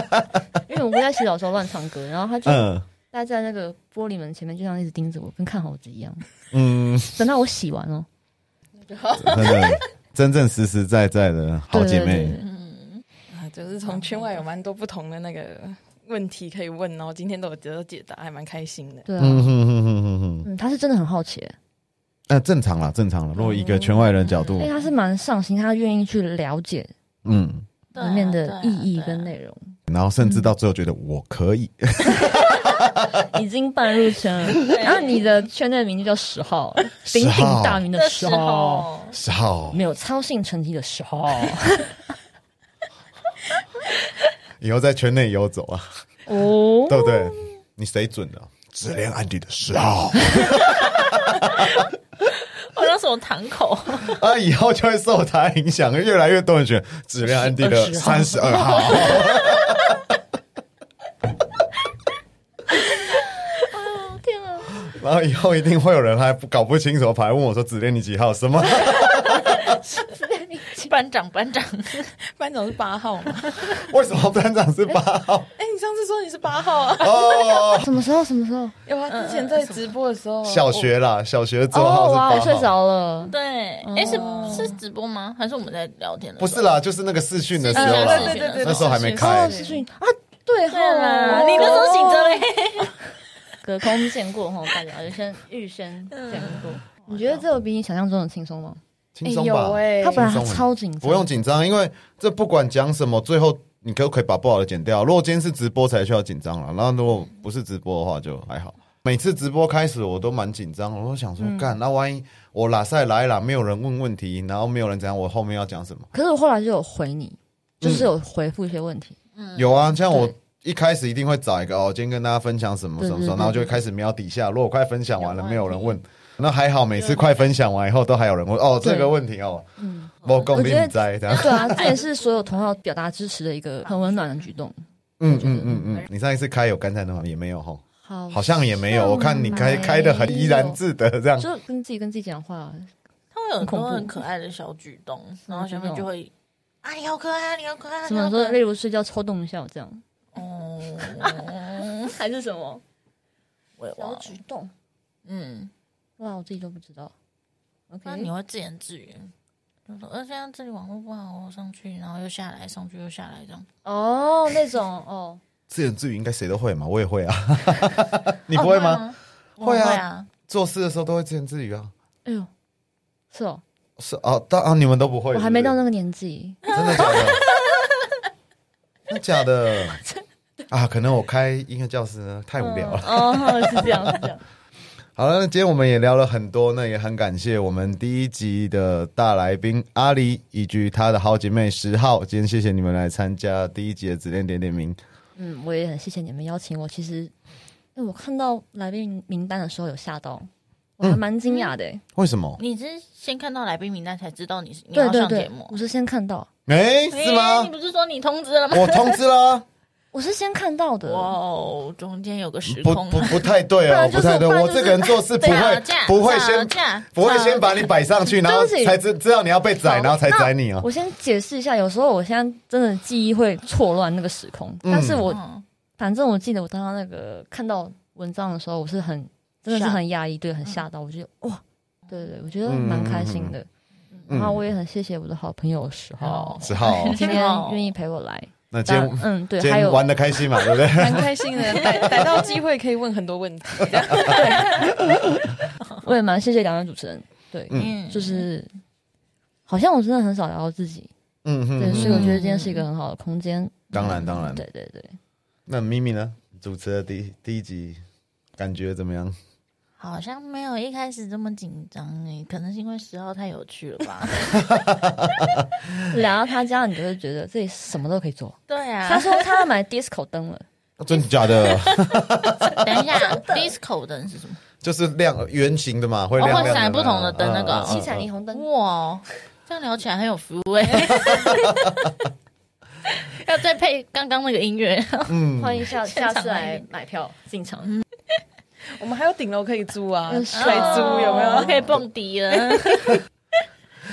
因为我们在洗澡的时候乱唱歌，然后他就嗯待在那个玻璃门前面，就像一直盯着我，跟看猴子一样。 嗯，等到我洗完哦，真的真正实实在在的 好姐对对妹嗯对。对 啊，就是从圈外有蛮多不同的那个问题可以问，然后今天都有得到解答，还蛮开心的。对啊，嗯哼哼哼哼哼，嗯，他是真的很好奇，那正常啦，正常了。如果一个圈外人角度因为，他是蛮上心，他愿意去了解嗯，对啊里面的意义对啊跟内容，然后甚至到最后觉得我可以， 已经半入圈了。然后你的圈内名就叫十号，鼎鼎大名的这十时号。候是好，没有操性成绩的时候，以后在圈内游走啊，哦，对不对？你谁准的？只恋安迪的嗜好我那时候堂口，啊，以后就会受他影响，越来越多人选只恋安迪的三十二号。天啊！然后以后一定会有人还不搞不清楚，跑来问我说：“只恋你几号？”什么？班长班长，班长是八号嘛？为什么班长是八号？ 哎、你上次说你是八号啊？哦， 什么时候？什么时候？ 有啊，之前在直播的时候，小学哦啦，小学周号是八哦哇，号。我睡着了。对，哎是是直播吗？还是我们在聊天？不是，啦，就是那个试训的时嗯候对啦对。对对，那时候还没开哦，是是是睡啊，对哈对啦，哦你那时候醒欸着嘞。 隔空见过哈，大家就先预先见过。你觉得这个比你想象中的轻松吗？轻哎松吧有？哎、他本来轻松很超紧张，不用紧张，因为这不管讲什么，最后你可不可以把不好的剪掉？如果今天是直播才需要紧张了，然后如果不是直播的话就还好。每次直播开始我都蛮紧张，我都想嗯说，干、那万一我拉赛来啦，没有人问问题，然后没有人怎样，我后面要讲什么？可是我后来就有回你，嗯就是有回复一些 问题。有啊，像我嗯对一开始一定会找一个哦，今天跟大家分享什么对什么什对么，对然后就会开始瞄底下。如果快分享完了，有问题没有人问，那还好，每次快分享完以后都还有人问哦，对嗯这个问题哦，我共我觉得 命在这样。对啊，这也是所有同好表达支持的一个很温暖的举动。嗯嗯嗯嗯，你上一次开有干菜的吗？也没有吼，好好像也没有。我看你开没有开的很怡然自得这样。就跟自己跟自己讲话，他会有很恐多怖很可爱的小举动，然后下面就会啊，你好可爱，你好可爱，什你好么可说，爱例如睡觉抽动一下这样，哎哦， 还是什么我也忘小了，举动？嗯，哇，我自己都不知道。那 OK，你会自言自语，就说呃，现在这里网络不好，我上去，然后又下来，上去又下来这样。哦，那种哦，自言自语应该谁都会嘛，我也会啊。 你不会哦吗？我会啊啊，做事的时候都会自言自语啊。 哎呦，是哦，是哦，当啊，你们都不会，我还没到是那个年纪，不是真的假的？ 真的假的？啊，可能我开音乐教室呢太无聊了。哦，是这样，是 这样。好了，那今天我们也聊了很多，那也很感谢我们第一集的大来宾阿里以及她的好姐妹十号，今天谢谢你们来参加第一集的指点点点名。嗯，我也很谢谢你们邀请我。其实，哎，我看到来宾名单的时候有吓到，我还蛮惊讶的、欸。为什么？你是先看到来宾名单才知道你是你对要对上节对目，我？是先看到，哎、是诶吗你？不是说你通知了吗？我通知啦，我是先看到哇的。哦，中间有个时不空啊不不太对不哦然，就不是太对，不然我就是这个人做事 不吵会架，不会吵先架，不会先把你摆上去，然后对不起才知知道你要被宰，然后才宰你哦。我先解释一下，有时候我现在真的记忆会错乱那个时空，但是我嗯，反正我记得我当时那个看到文章的时候，我是很真的是吓很压抑，对，很吓到，我觉得哇，对对对，我觉得蛮开心的。嗯然后我也很谢谢我的嗯好朋友十号，十号哦，今天愿意陪我来。那今 当天嗯，对今，还有天玩的开心 嘛，对不对？蛮开心 的，逮逮到机会可以问很多问题。我也蛮谢谢两位主持人，对，嗯就是好像我真的很少聊到自己，嗯哼对，嗯所以我觉得今天是一个很好的空间。当然当然对对对， 那咪咪呢？主持的第一第一集感觉怎么样？好像没有一开始这么紧张诶，可能是因为十号太有趣了吧？ 聊到他家，你就会觉得自己什么都可以做。对他 啊，说他要买 disco 灯了，真的假 的？等一下，disco 灯是什么？就是亮圆形的嘛，会嗯哦亮会亮闪的不同的灯那个哦七彩霓虹灯。哇，哦这样聊起来很有服务诶。 要再配刚刚那个音乐，嗯欢迎下现场下次欢迎来嗯买票进场。我们还有顶楼可以租啊，嗯水租有啊哦没有？ 可以蹦迪了？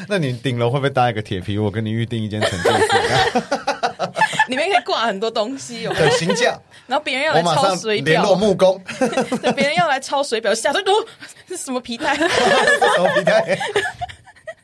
那你顶楼会不会搭一个铁皮屋？我跟你预定一间陈旧 室，里面可以挂很多东西，有没有？对，行 价，然后别人要我来马抄上水联表，络木工。对，别人要来抄水表，吓得都这是什么皮带？手皮带。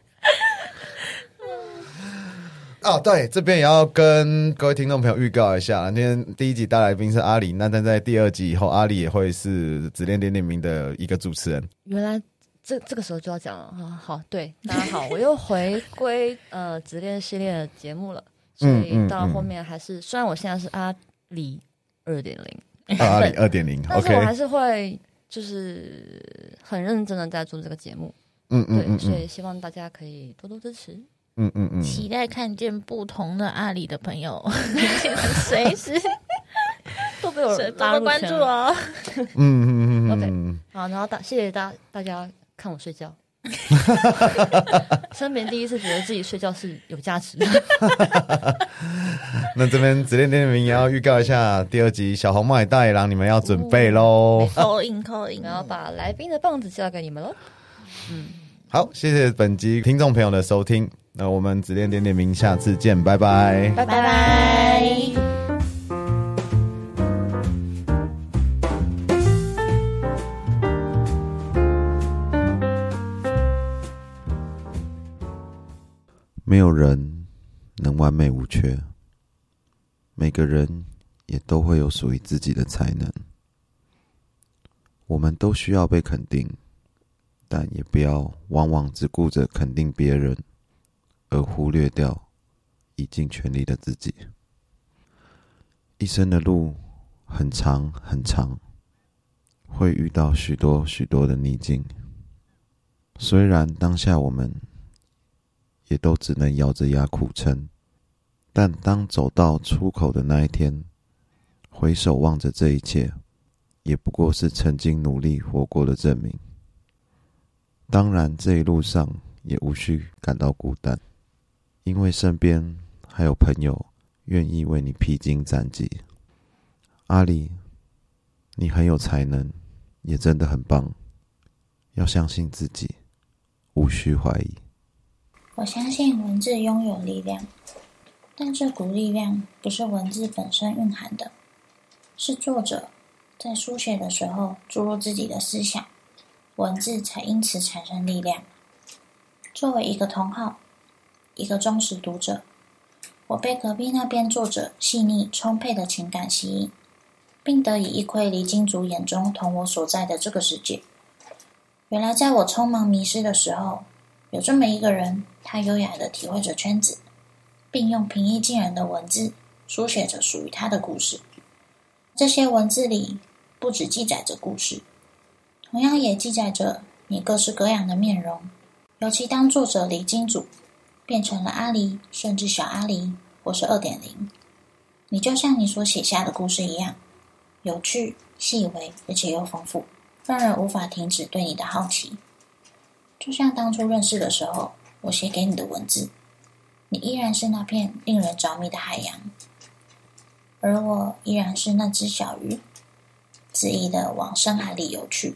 哦，对，这边也要跟各位听众朋友预告一下，今天第一集大来宾是阿里，那但在第二集以后，阿里也会是指恋点点名的一个主持 人。原来这这个时候就要讲了啊！好， 对大家好，我又回归呃直恋系列的节目了，所嗯以嗯到后嗯面还是、虽然我现在是阿里二点零，啊阿里二点零但是我还，OK，是会就是很认真的在做这个节目，嗯对，嗯嗯所嗯以希望大家可以多多支持。 嗯嗯嗯，期待看见不同的阿里的朋 友，随时都被我随多拉多入关圈注了。 哦。嗯嗯嗯嗯 OK 嗯，好，然后大谢谢大大家看我睡觉，生平第一次觉得自己睡觉是有价值的。那这边指恋点点名也要预告一下，第二集小红帽也大野狼，你们要准备嗯喽。扣印扣印，然后把来宾的棒子交给你们喽。好，谢谢本集听众朋友的收听，那我们指恋点点名下次见，拜拜。拜拜。没有人能完美无缺，每个人也都会有属于自己的才能。我们都需要被肯定，但也不要往往只顾着肯定别人，而忽略掉已尽全力的自己。一生的路很长很长，会遇到许多许多的逆境。虽然当下我们也都只能咬着牙苦撑，但当走到出口的那一天，回首望着这一切，也不过是曾经努力活过的证明。当然，这一路上也无需感到孤单，因为身边还有朋友愿意为你披荆斩棘。阿里，你很有才能，也真的很棒，要相信自己，无需怀疑。我相信文字拥有力量，但这股力量不是文字本身蕴含的，是作者在书写的时候注入自己的思想，文字才因此产生力量。作为一个同好，一个忠实读者，我被隔壁那边作者细腻充沛的情感吸引，并得以一窥离金主眼中同我所在的这个世界。原来，在我匆忙迷失的时候，有这么一个人，他优雅的体会着圈子，并用平易近人的文字书写着属于他的故事。这些文字里不只记载着故事，同样也记载着你各式各样的面容。尤其当作者离金主变成了阿狸，甚至小阿狸，或是二点零，你就像你所写下的故事一样，有趣、细微，而且又丰富，让人无法停止对你的好奇。就像当初认识的时候，我写给你的文字，你依然是那片令人着迷的海洋，而我依然是那只小鱼，恣意的往深海里游去。